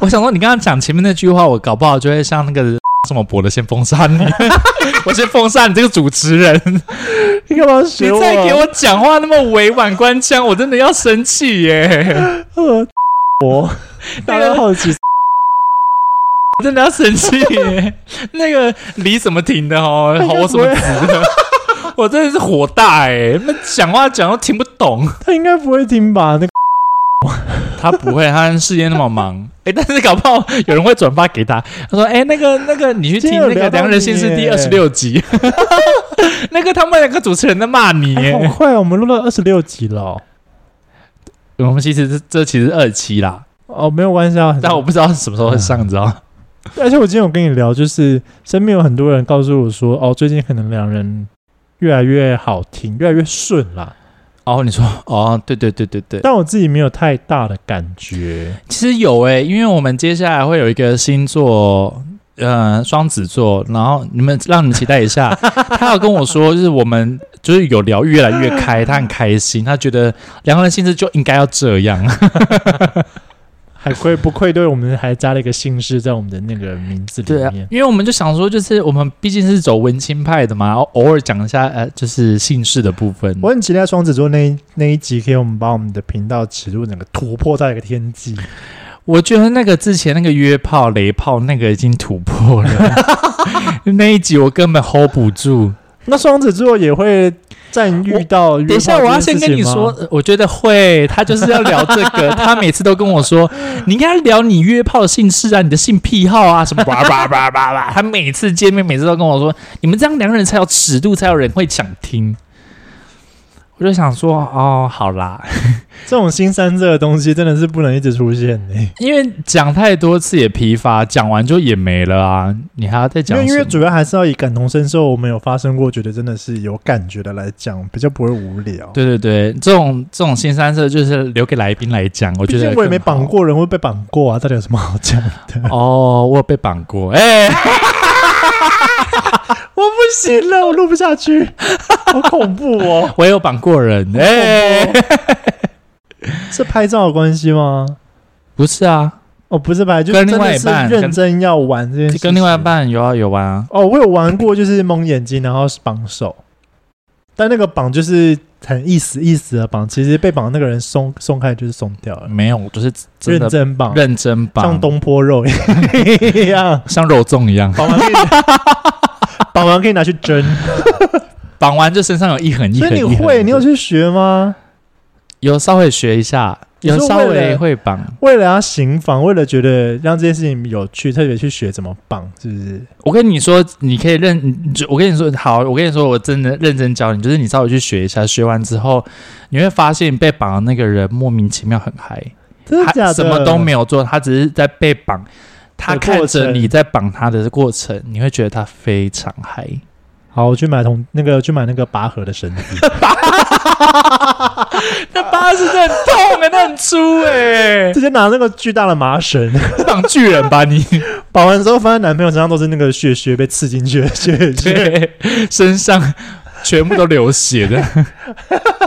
S1: 我想说你刚刚讲前面那句话，我搞不好就会像那个 [LAUGHS] 什么博的先封杀你，我先封杀你这个主持人，
S2: 你干嘛
S1: 你
S2: 学我？
S1: 再给我讲话那么委婉官腔，我真的要生气耶，
S2: 呃， [LAUGHS] 我大家好奇，
S1: 我真的要生气
S2: [LAUGHS]
S1: 耶，那个离什么停的哦，
S2: 他应该
S1: 我什
S2: 不
S1: 么
S2: 会啊
S1: 直的。我真的是火大哎、那讲话讲都听不懂。
S2: 他应该不会听吧？那个
S1: 他不会，他事业那么忙。 [LAUGHS] 哎、但是搞不好有人会转发给他。他说：“哎、那个那个，你去听
S2: 今天有
S1: 那个
S2: 聊
S1: 《
S2: 到
S1: 良人心事》
S2: 你
S1: 第
S2: 耶
S1: 二十六集， [LAUGHS] 那个他们两个主持人在骂你
S2: 哎、
S1: 耶。
S2: [LAUGHS] 好快哦，我们录到二十六集了哦。
S1: 我们其实这这其实是二期啦，
S2: 哦，没有关系啊。 [LAUGHS] 很
S1: 但我不知道什么时候会上，你知道吗？
S2: 而且我今天有跟你聊，就是身边有很多人告诉我说，哦，最近可能两人越来越好听，越来越顺啦。
S1: 哦，你说哦，对对对对对，
S2: 但我自己没有太大的感觉。
S1: 其实有诶、因为我们接下来会有一个星座，呃，双子座，然后你们让你们期待一下。他有跟我说，就是我们就是有聊越来越开，他很开心，他觉得两个人性质就应该要这样。
S2: 还愧不愧对我们还加了一个姓氏在我们的那个名字里
S1: 对啊
S2: 面，，
S1: 因为我们就想说，就是我们毕竟是走文青派的嘛，偶偶尔讲一下呃，就是姓氏的部分。
S2: 我很期待双子座那一那一集，可以我们把我们的频道尺度整个突破到一个
S1: [LAUGHS]
S2: 天际。
S1: 我觉得那个之前那个约炮、雷炮那个已经突破 [LAUGHS] 了，那一集我根本 hold 不住。
S2: 那双子座也会占遇到
S1: 等一下，我要先跟你说，，呃我觉得会，他就是要聊这个。他每次都跟我说，你应该聊你约炮的姓氏啊，你的性癖好啊，什
S2: [LAUGHS]
S1: 么叭叭叭叭叭。他每次见面，每次都跟我说，你们这样两个人才有尺度，才有人会想听。我就想说，哦，好啦，
S2: 这种新三色的东西真的是不能一直出现欸的、
S1: 因为讲太多次也疲乏，讲完就也没了啊，你还要再
S2: 因
S1: 讲
S2: 为因
S1: 什
S2: 为
S1: 么？
S2: [LAUGHS] 主要还是要以感同身受，我们有发生过，觉得真的是有感觉的来讲，比较不会无聊。，
S1: 对对对，这种这种新三色就是留给来宾来讲，我觉
S2: 毕
S1: 得
S2: 竟我也没
S1: 更好
S2: 绑过人，会被绑过啊，到底有什么
S1: [LAUGHS]
S2: 好讲的？
S1: 哦，我有被绑过，哎、
S2: 我不行了，我录不下去， [LAUGHS] 好恐怖哦！
S1: 我也有绑过人，哎、
S2: 是拍照有关系吗？
S1: 不是啊，
S2: 哦，不是拍，就
S1: 跟
S2: 真
S1: 另外
S2: 的
S1: 一
S2: 是
S1: 半
S2: 认
S1: 跟
S2: 真要玩这件事情。
S1: 跟另外一半有啊有玩啊，
S2: 哦，我有玩过，就是蒙眼睛，然后绑手，但那个绑就是很一死一死的绑，其实被绑的那个人松松开就是松掉了，
S1: 没有，我就是真
S2: 认
S1: 的
S2: 真绑，
S1: 认真绑，，
S2: 像东坡肉一样
S1: [LAUGHS] 像肉粽一样，
S2: 绑完可以绑完可以拿去蒸。
S1: 绑完就身上有一痕一
S2: 所
S1: 痕
S2: 以
S1: 一痕的。
S2: 你会，你有去学吗？
S1: 有稍微学一下，
S2: 你
S1: 有
S2: 是
S1: 稍
S2: 为
S1: 微
S2: 了
S1: 会绑。
S2: 为了要行房，为了觉得让这件事情有趣，特别去学怎么绑，是不是？
S1: 我跟你说，你可以认，你就我跟你说，好，我跟你说，我真的认真教你，就是你稍微去学一下，学完之后，你会发现被绑的那个人莫名其妙很嗨，
S2: 真的假
S1: 他
S2: 的？
S1: 什么都没有做，他只是在被绑，他
S2: 的
S1: 看
S2: 过
S1: 着
S2: 程
S1: 你在绑他的过程，你会觉得他非常嗨。
S2: 好，我去买同那个去买那个拔河的绳子。
S1: [LAUGHS] 那八是很痛哎，那很粗哎、
S2: 直接拿那个巨大的麻绳
S1: 绑巨人吧你？
S2: 绑完之后，发现男朋友身上都是那个血血被刺进去的血血。
S1: [LAUGHS] 对，身上全部都流血的，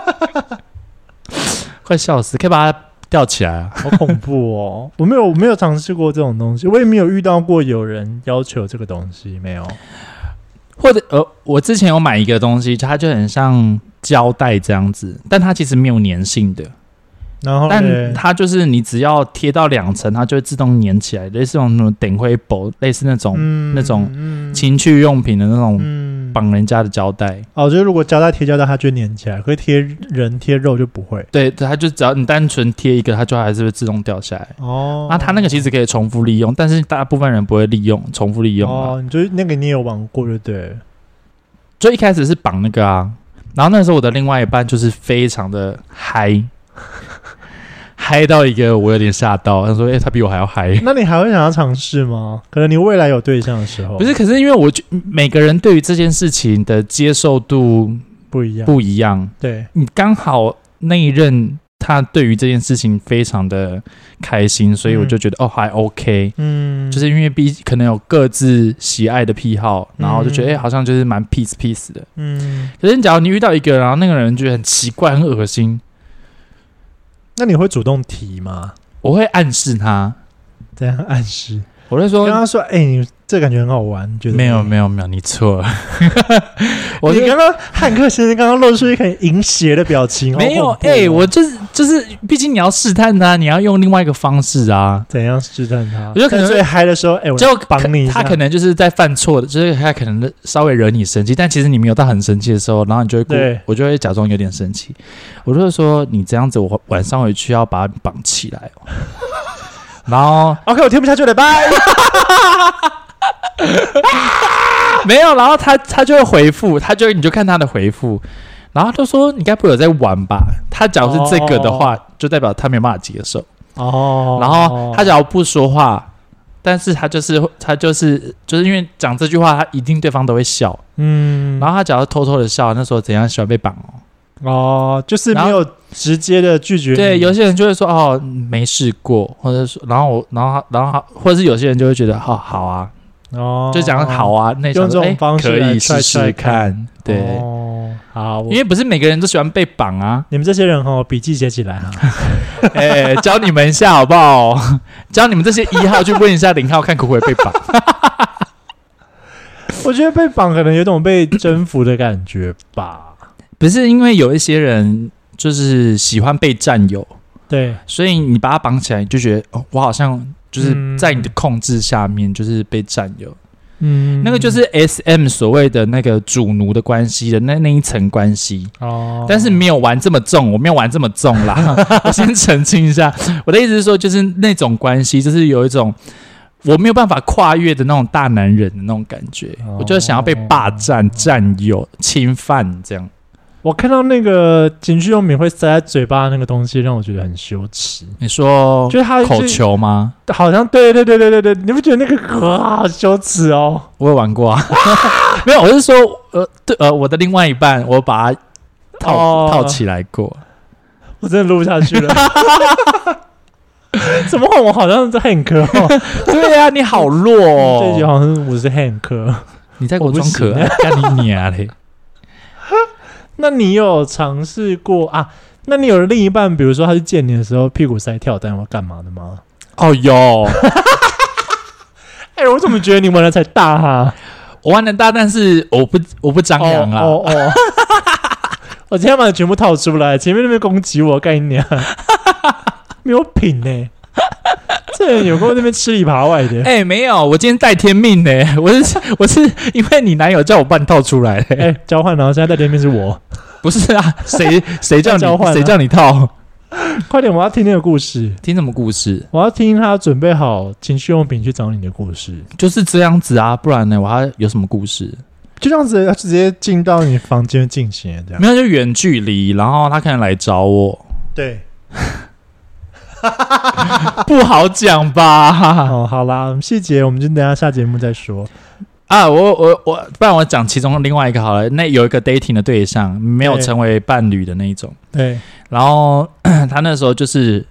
S1: [LAUGHS] 快笑死！可以把它吊起来啊！
S2: 好恐怖哦！我没有，我没有尝试过这种东西，我也没有遇到过有人要求这个东西，没有。
S1: 或者呃，我之前有买一个东西，它就很像胶带这样子，但它其实没有粘性的，
S2: 然后
S1: 但
S2: 嘞
S1: 它就是你只要贴到两层，它就会自动粘起来，类似那种什么顶灰布，类似那种
S2: 嗯
S1: 那种
S2: 嗯
S1: 情趣用品的那种
S2: 嗯
S1: 绑人家的胶带。
S2: 哦，就是如果胶带贴胶带，它就会粘起来；可是贴人贴肉就不会。
S1: 对，它就只要你单纯贴一个，它就还是会自动掉下来。
S2: 哦，
S1: 那它那个其实可以重复利用，但是大部分人不会利用重复利用啊。
S2: 哦，你就是那个你也有玩过，对不对？
S1: 就一开始是绑那个啊，然后那时候我的另外一半就是非常的嗨， [LAUGHS] 嗨到一个我有点吓到，他说：“诶，他比我还要嗨。”
S2: 那你还会想要尝试吗？可能你未来有对象的时候，
S1: 不是，可是因为我就每个人对于这件事情的接受度
S2: 不一样，
S1: 不一样，
S2: 对，
S1: 你刚好那一任他对于这件事情非常的开心，所以我就觉得、哦还 OK，
S2: 嗯，
S1: 就是因为毕可能有各自喜爱的癖好，然后就觉得
S2: 嗯
S1: 哎、好像就是蛮 peace peace 的。
S2: 嗯，
S1: 可是假如你遇到一个，然后那个人觉得很奇怪、很恶心，
S2: 那你会主动提吗？
S1: 我会暗示他，
S2: 这样暗示，
S1: 我会
S2: 跟
S1: 说
S2: 他说，哎、你这感觉很好玩，你觉得
S1: 哦没有没有没有，你错了， [LAUGHS]
S2: 有
S1: 我
S2: 你
S1: 就
S2: 刚刚汉克先生刚刚露出一个很淫邪的表情，
S1: 没有哎、
S2: 哎、
S1: 我就是就是，毕竟你要试探他，你要用另外一个方式啊。
S2: 怎样试探他？
S1: 我觉得可能
S2: 在最嗨的时候，哎、我
S1: 就
S2: 绑你一下
S1: 他可能就是在犯错的，就是他可能稍微惹你生气，但其实你没有到很生气的时候，然后你就会故
S2: 对
S1: 我就会假装有点生气，我就会说你这样子，我晚上回去要把你绑起来 [LAUGHS] 哦。然后
S2: OK，我听不下去
S1: [LAUGHS]
S2: 了，拜。
S1: 没有，然后他他就会回复，他就你就看他的回复，然后他就说你该不会有在玩吧？他假如是这个的话，就代表他没有办法接受。
S2: 哦
S1: 然后他只要不说话，但是他就是他就是就是因为讲这句话，他一定对方都会笑。
S2: 嗯，
S1: 然后他只要偷偷的笑，那时候怎样喜欢被绑哦？
S2: 哦，就是没有直接的拒绝你，
S1: 对，有些人就会说哦没试过，或者说然后我然后他然后他或者是有些人就会觉得哦好啊，
S2: 哦，
S1: 就讲好啊，那想
S2: 用这
S1: 说
S2: 种
S1: 哎
S2: 方式
S1: 可
S2: 来
S1: 以
S2: 踹
S1: 试
S2: 踹
S1: 试看，对，
S2: 哦，好，，
S1: 因为不是每个人都喜欢被绑啊
S2: 你们这些人哦，笔记写起来啊。
S1: 哎，教你们一下好不好？ [LAUGHS] 教你们这些一号去问一下零号，看可不可以被绑。 [LAUGHS]
S2: 我觉得被绑可能有种被征服的感觉吧。
S1: 不是因为有一些人就是喜欢被占有，
S2: 对，
S1: 所以你把他绑起来，你就觉得哦，我好像就是在你的控制下面，就是被占有。
S2: 嗯
S1: 那个就是 S M 所谓的那个主奴的关系的那那一层关系，
S2: 哦，
S1: 但是没有玩这么重，我没有玩这么重
S2: [LAUGHS]
S1: 啦。我先澄清一下，我的意思是说，就是那种关系，就是有一种我没有办法跨越的那种大男人的那种感觉，
S2: 哦
S1: 我就想要被霸占、占有、侵犯这样。
S2: 我看到那个情趣用品会塞在嘴巴的那个东西，让我觉得很羞耻。
S1: 你说
S2: 就是它
S1: 口
S2: 就是
S1: 球吗？
S2: 好像对对对对对对，你不觉得那个哇好羞耻哦？
S1: 我有玩过啊， [LAUGHS] 没有，我是说，呃，对，呃，我的另外一半，我把它套、
S2: 哦
S1: 套起来
S2: [LAUGHS]
S1: 过。
S2: 我真的录不下去 [LAUGHS] 了。怎么会我好像是汉克哦？
S1: 对呀、你好弱
S2: 这集
S1: 哦，
S2: 好像是我是汉克。
S1: 你在给我装可爱，干你娘
S2: [LAUGHS]
S1: 嘞！
S2: 那你有尝试过啊？那你有另一半，比如说他去见你的时候，屁股塞跳蛋或干嘛的吗？
S1: 哦有，
S2: 哎、我怎么觉得你玩的才大啊哈、
S1: 我玩的大，但是我不我不张扬啊啦。
S2: 哦哦 [LAUGHS] 哦我今天把你全部套出来，前面那边攻击我，干你娘！没有品呢、这人有够那边吃里扒外的。 [LAUGHS]
S1: 哎、没有，我今天带天命呢、 [LAUGHS] 我是我是 [LAUGHS] 因为你男友叫我半套出来的、
S2: [LAUGHS] 哎、交换，然后现在在对面是我，
S1: 不是啊，谁谁叫你
S2: 交换啊
S1: 谁叫你套？
S2: 快点，我要听那个故事，
S1: 听什么故事？
S2: 我要听他准备好情趣用品去找你的故事，
S1: 就是这样子啊，不然呢，我还有什么故事？
S2: 就这样子，他直接进到你房间进行了这样。
S1: 没有，就远距离，然后他可能来找我，
S2: 对，
S1: 不好讲
S2: [LAUGHS]
S1: 吧？
S2: 哦，好啦，我们细节我们就等一下下节目再说。
S1: 啊，我我我，不然我讲其中另外一个好了。那有一个 dating 的对象，没有
S2: 对
S1: 成为伴侣的那一种，
S2: 对，
S1: 然后 [CLEARS THROAT] 他那时候就是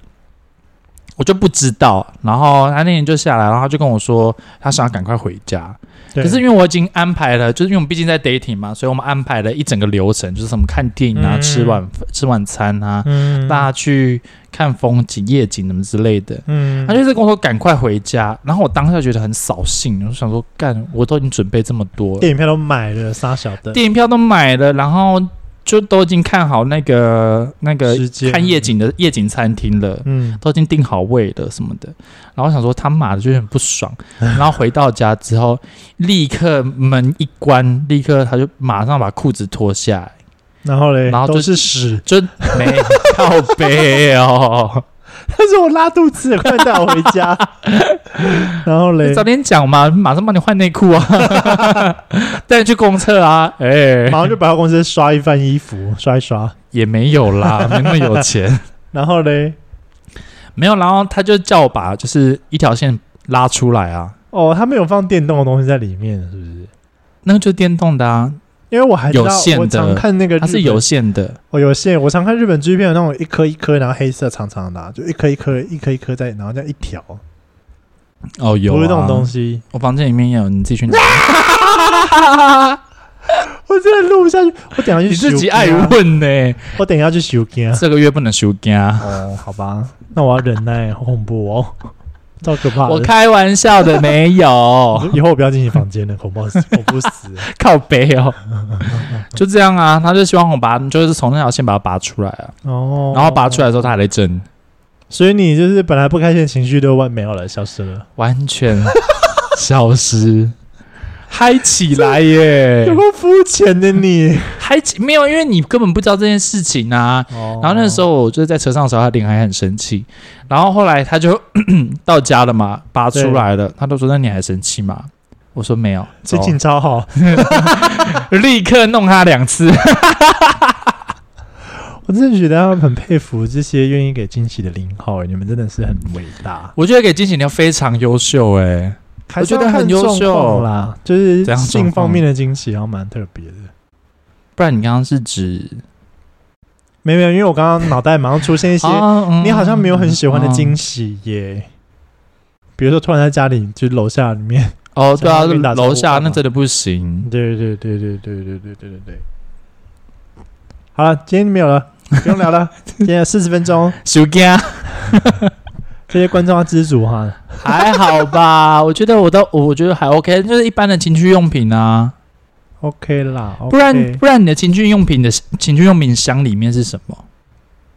S1: 我就不知道，然后他那天就下来，然后他就跟我说他想要赶快回家，
S2: 对
S1: 可是因为我已经安排了，就是因为我们毕竟在 dating 嘛，所以我们安排了一整个流程，就是什么看电影啊、
S2: 嗯
S1: 吃晚吃晚餐啊，
S2: 嗯
S1: 大家去看风景、夜景什么之类的。
S2: 嗯
S1: 他就是跟我说赶快回家，然后我当下觉得很扫兴，我想说干，我都已经准备这么多了，
S2: 电影票都买了，傻小的。
S1: 电影票都买了，然后就都已经看好那个那个
S2: 时间
S1: 看夜景的夜景餐厅了，
S2: 嗯，
S1: 都已经订好位了什么的。然后我想说他妈的就很不爽， [LAUGHS] 然后回到家之后，立刻门一关，立刻他就马上把裤子脱下来，
S2: 然后嘞，
S1: 然后就
S2: 都
S1: [LAUGHS]
S2: 是屎，
S1: 就没靠背
S2: [LAUGHS]
S1: 哦。
S2: 但是我拉肚子，快带我回
S1: [LAUGHS]
S2: 家。然后嘞
S1: 你，早点讲嘛，马上帮你换内裤啊，带你去公厕啊，哎、
S2: [LAUGHS] [LAUGHS] 马上就百货公司刷一番衣服，刷一刷。
S1: 也没有啦，没那么有钱。
S2: 然后嘞，
S1: 没有，然后他就叫我把就是一条线拉出来啊，
S2: 哦，他没有放电动的东西在里面，是不是？
S1: 那个就是电动的啊，
S2: 因为我还知道
S1: 有线的
S2: 我常看那个
S1: 它是
S2: 日本
S1: 有线的，
S2: 哦有线，我常看日本 G 片有那种一颗一颗，然后黑色长长的啊、就一颗一颗一颗一颗在，然后这样一条，
S1: 哦有、啊、
S2: 不是那种东，西。
S1: 我房间里面也有，你自己去拿，
S2: 我真的录不下去，我等一下
S1: [LAUGHS]
S2: 去
S1: 你自己
S2: 修
S1: 爱
S2: 片啊，
S1: 问呢、
S2: 我等一下去修
S1: [LAUGHS]
S2: 片啊。
S1: 这个月不能啊休假。
S2: 哦，好吧，那我要忍耐，好恐怖哦，超可怕的。
S1: 我开玩笑的，没有 [LAUGHS]
S2: 以后我不要进你房间了，恐怖死，恐怖死。
S1: 靠背哦，就这样啊。他就希望我把，就是从那条线把它拔出来啊。
S2: 哦，
S1: 然后拔出来，之后，他还在震，
S2: 所以你就是本来不开心的情绪都完没有了，消失了，
S1: 完 [LAUGHS] 全消失，嗨起来 [LAUGHS] 耶！
S2: 有够肤浅的你。
S1: 还没有，因为你根本不知道这件事情啊。
S2: 然
S1: 然后那时候我就是在车上的时候，他脸还很生气。然后后来他就 [COUGHS] 到家了嘛，拔出来了，他都说：“那你还生气吗？”我说：“没有。走
S2: 最”近超好，
S1: 立刻弄他两
S2: [LAUGHS]
S1: 次。
S2: 我真的觉得他们很佩服这些愿意给惊喜的零号、欸，你们真的是很伟大。
S1: 我觉得给金喜牛非常优秀哎、
S2: 还是要
S1: 我觉得很
S2: 看
S1: 优秀
S2: 状况啦，就是
S1: 怎样状
S2: 性
S1: 况
S2: 方面的惊喜，然后蛮特别的。
S1: 不然你刚刚是指
S2: 没有没有，因为我刚刚脑袋马上出现一些
S1: 啊嗯
S2: 你好像没有很喜欢的惊
S1: 嗯
S2: 喜耶。比如说，突然在家里，就楼下里面，
S1: 哦，对啊，
S2: 想要跟你打招呼
S1: 楼下
S2: 干嘛
S1: 那真的不行。
S2: 对对对对对对对对对对。好了，今天没有 [LAUGHS] 了，不用聊了。今天四十分钟，
S1: 休假
S2: 啊这些观众要知足哈。
S1: [LAUGHS] 还好吧？我觉得我都我觉得还 OK，就是一般的情趣用品啊。
S2: OK 啦，
S1: 不然不然你的情趣用品的情趣用品箱里面是什么？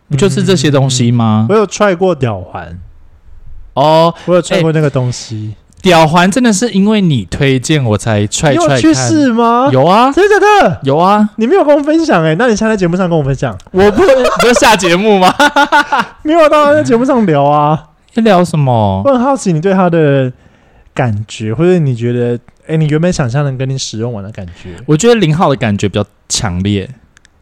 S1: 不就是这些东西吗
S2: 嗯我？有踹过吊环，
S1: 哦，
S2: 我有踹过那个东西。
S1: 吊环真的是因为你推荐我才踹
S2: 你有
S1: 踹
S2: 去
S1: 看。
S2: 试吗？
S1: 有啊
S2: 真的假的？
S1: 有啊，
S2: 你没有跟我分享哎、那你现在在节目上跟我分享，
S1: 我不不是下节目吗？
S2: 没有到在节目上聊啊。
S1: [LAUGHS] 在聊什么？
S2: 我很好奇你对它的感觉，或者你觉得，哎、你原本想象能跟你使用完的感觉，
S1: 我觉得零号的感觉比较强烈，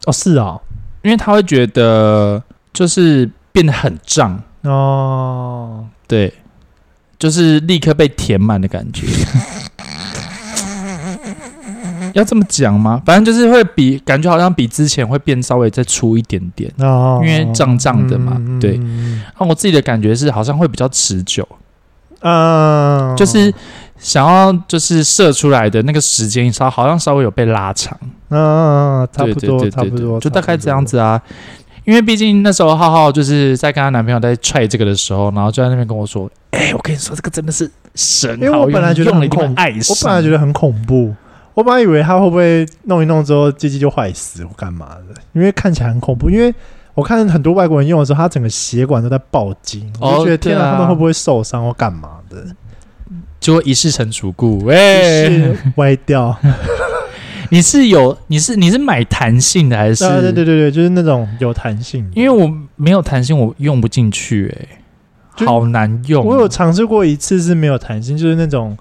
S2: 哦，是哦，
S1: 因为他会觉得就是变得很胀，
S2: 哦，
S1: 对，就是立刻被填满的感觉。 [LAUGHS] 要这么讲吗？反正就是会比感觉好像比之前会变稍微再粗一点点，
S2: 哦，
S1: 因为胀胀的嘛。
S2: 嗯
S1: 对，，那我自己的感觉是好像会比较持久，
S2: 嗯，
S1: 就是想要就是射出来的那个时间稍好像稍微有被拉长，
S2: 嗯，差
S1: 对
S2: 不
S1: 对
S2: 多，
S1: 对
S2: 差
S1: 对
S2: 不多，
S1: 对，就大概
S2: 差不多
S1: 这样。子啊。因为毕竟那时候浩浩就是在跟她男朋友在踹这个的时候，然后就在那边跟我说：“哎、我跟你说这个真的是神好用，
S2: 因为我本来觉得
S1: 用
S2: 很
S1: 了一定会
S2: 恐
S1: 爱
S2: 我本来觉
S1: 得
S2: 得很恐怖，我本来以为他会不会弄一弄之后鸡鸡就坏死或干嘛的，因为看起来很恐怖，因为。我看很多外国人用的时候，他整个血管都在爆筋，我就
S1: 哦
S2: 觉得天
S1: 对啊
S2: 他们会不会受伤或干嘛的？
S1: 就会一世成主顾。哎、
S2: 是歪掉。
S1: 你是有你是你是买弹性的还是？
S2: 啊，对对对对，就是那种有弹性的。
S1: 因为我没有弹性，我用不进去、哎，
S2: 就
S1: 好难用。啊
S2: 我有尝试过一次是没有弹性，就是那种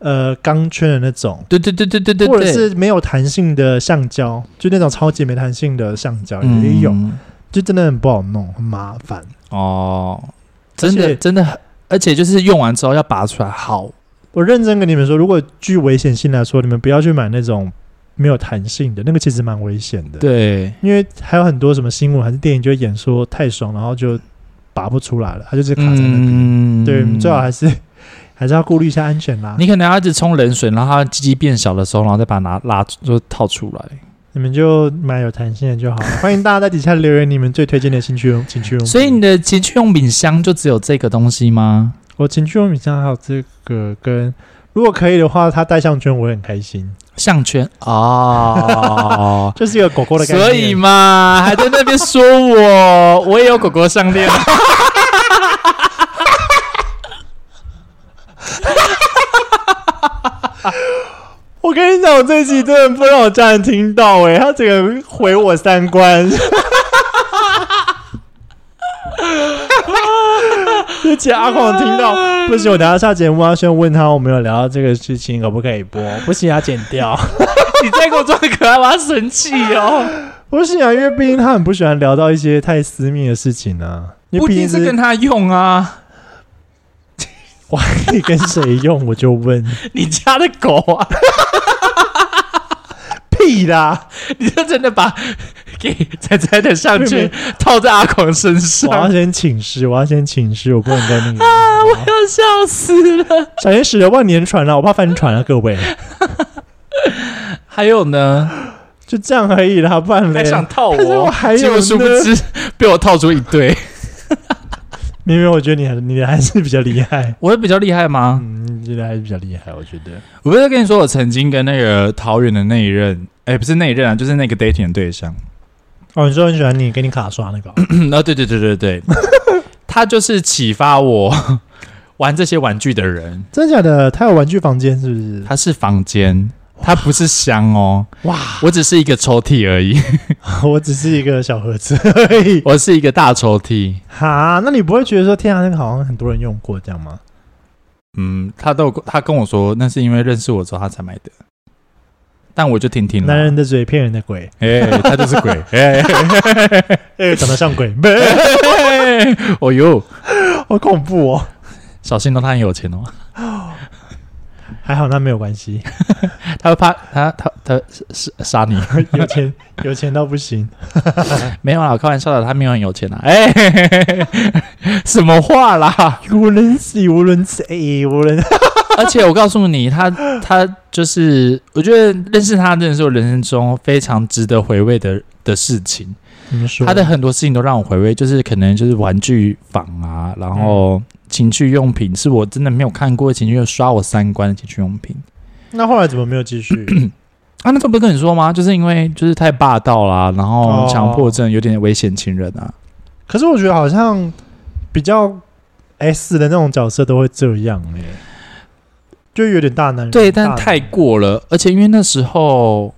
S2: 呃钢圈的那种，
S1: 对对对对对对，
S2: 或者是没有弹性的橡胶，就那种超级没弹性的橡胶也有，
S1: 嗯
S2: 就真的很不好弄，很麻烦。
S1: 哦，
S2: 而
S1: 真的
S2: 且
S1: 真的很，而且就是用完之后要拔出来，好
S2: 我认真跟你们说，如果据危险性来说，你们不要去买那种没有弹性的，那个其实蛮危险的。，
S1: 对，
S2: 因为还有很多什么新闻还是电影就会演说太爽，然后就拔不出来了，它就是卡在那边。
S1: 嗯
S2: 对，最好还是 [LAUGHS] 还是要顾虑一下安全啦。
S1: 你可能要一直冲冷水，然后它鸡鸡变小的时候，然后再把它拿拉就套出来。
S2: 你们就买有弹性的就好了。欢迎大家在底下留言你们最推荐的情趣用情趣用品。
S1: 所以你的情趣用品箱就只有这个东西吗？
S2: 我情趣用品上还有这个跟，如果可以的话，它带项圈我会很开心。，
S1: 项圈哦 [LAUGHS]
S2: 就是一个狗狗的概念。
S1: 所以嘛，还在那边说 [LAUGHS] 我，我也有狗狗项链。
S2: 我跟你讲，我这一集真的不让我家人听到、欸，哎，他整个毁我三观。这姐阿狂听到不行，我等一下下节目要先问他，我们有聊到这个事情可不可以播？不行，啊要剪掉。
S1: 你再给我装可爱，我要生气哦！
S2: 不行啊，因为毕竟他很不喜欢聊到一些太私密的事情啊。因为
S1: 不一
S2: 毕
S1: 定
S2: 竟
S1: 是跟他用啊，
S2: 哇，你跟谁用，我就问
S1: 你家的狗 [LAUGHS] 啊，
S2: 屁啦！
S1: 你就真的把给仔仔的项圈
S2: 妹
S1: 套在阿狂身上
S2: [LAUGHS] 我要
S1: 啊！
S2: 先请示，我要先请示，啊我不能再那个。
S1: 我要笑死了。
S2: 小天使的万年船了、啊我怕翻船了、各位。
S1: 还有呢，
S2: 就这样而已啦，不然嘞
S1: 还，想套
S2: 但是我
S1: 我，
S2: 还有
S1: 结果
S2: 呢
S1: 殊不知 [LAUGHS] 被我套出一堆。
S2: 明明我觉得你还你还是比较厉害，
S1: 我比较厉害吗？
S2: 嗯，你的还是比较厉害，我觉得。
S1: 我不是跟你说，我曾经跟那个桃园的那一任，哎、不是那一任啊，就是那个 dating 的对象。 [CLEARS THROAT]
S2: 哦，你说很喜欢你给你卡刷那个哦、
S1: 啊，对对对对对， [LAUGHS] 他就是启发我 [LAUGHS] 玩这些玩具的人。
S2: [COUGHS] 真的假的？他有玩具房间是不 [LAUGHS] 是？
S1: 他是房间，他不是箱哦，
S2: 哇，
S1: 我只是一个抽屉而已， [LAUGHS]
S2: 我只是一个小盒子而 [LAUGHS] 已。
S1: 我是一个大抽屉。
S2: 哈，那你不会觉得说天啊，那个好像很多人用过这样吗？
S1: 嗯，他都有跟他跟我说，那是因为认识我之后他才买的，但我就听听了。
S2: 男人的嘴骗人的 [LAUGHS] 鬼，
S1: 哎、他就是鬼，哎、
S2: 哎、长得像鬼，
S1: 哦哟，
S2: 好恐怖哦。
S1: 小心哦，他很有钱哦，
S2: 还好那没有关系，
S1: 他会怕他他他是杀你。
S2: [LAUGHS] 有钱有钱到不行。
S1: 没有啦，我开玩笑的，他没有很有钱啦。 [LAUGHS] 哎、什么话啦？
S2: 无论死，无论死，哎、无论
S1: 而且我告诉你，他他就是，我觉得认识他真的是我人生中非常值得回味的的事情。
S2: 怎么说，
S1: 他的很多事情都让我回味，就是可能就是玩具房啊，然后情趣用品是我真的没有看过，情趣用刷我三观的情趣用品。
S2: 那后来怎么没有继续？ [COUGHS]
S1: 啊，那时候不是跟你说吗？就是因为就是太霸道啦，然后
S2: 哦
S1: 强迫症，有点危险情人啊。
S2: 可是我觉得好像比较 S 的那种角色都会这样哎、就有点大男人。
S1: 对，但
S2: 大男人
S1: 太过了，而且因为那时候，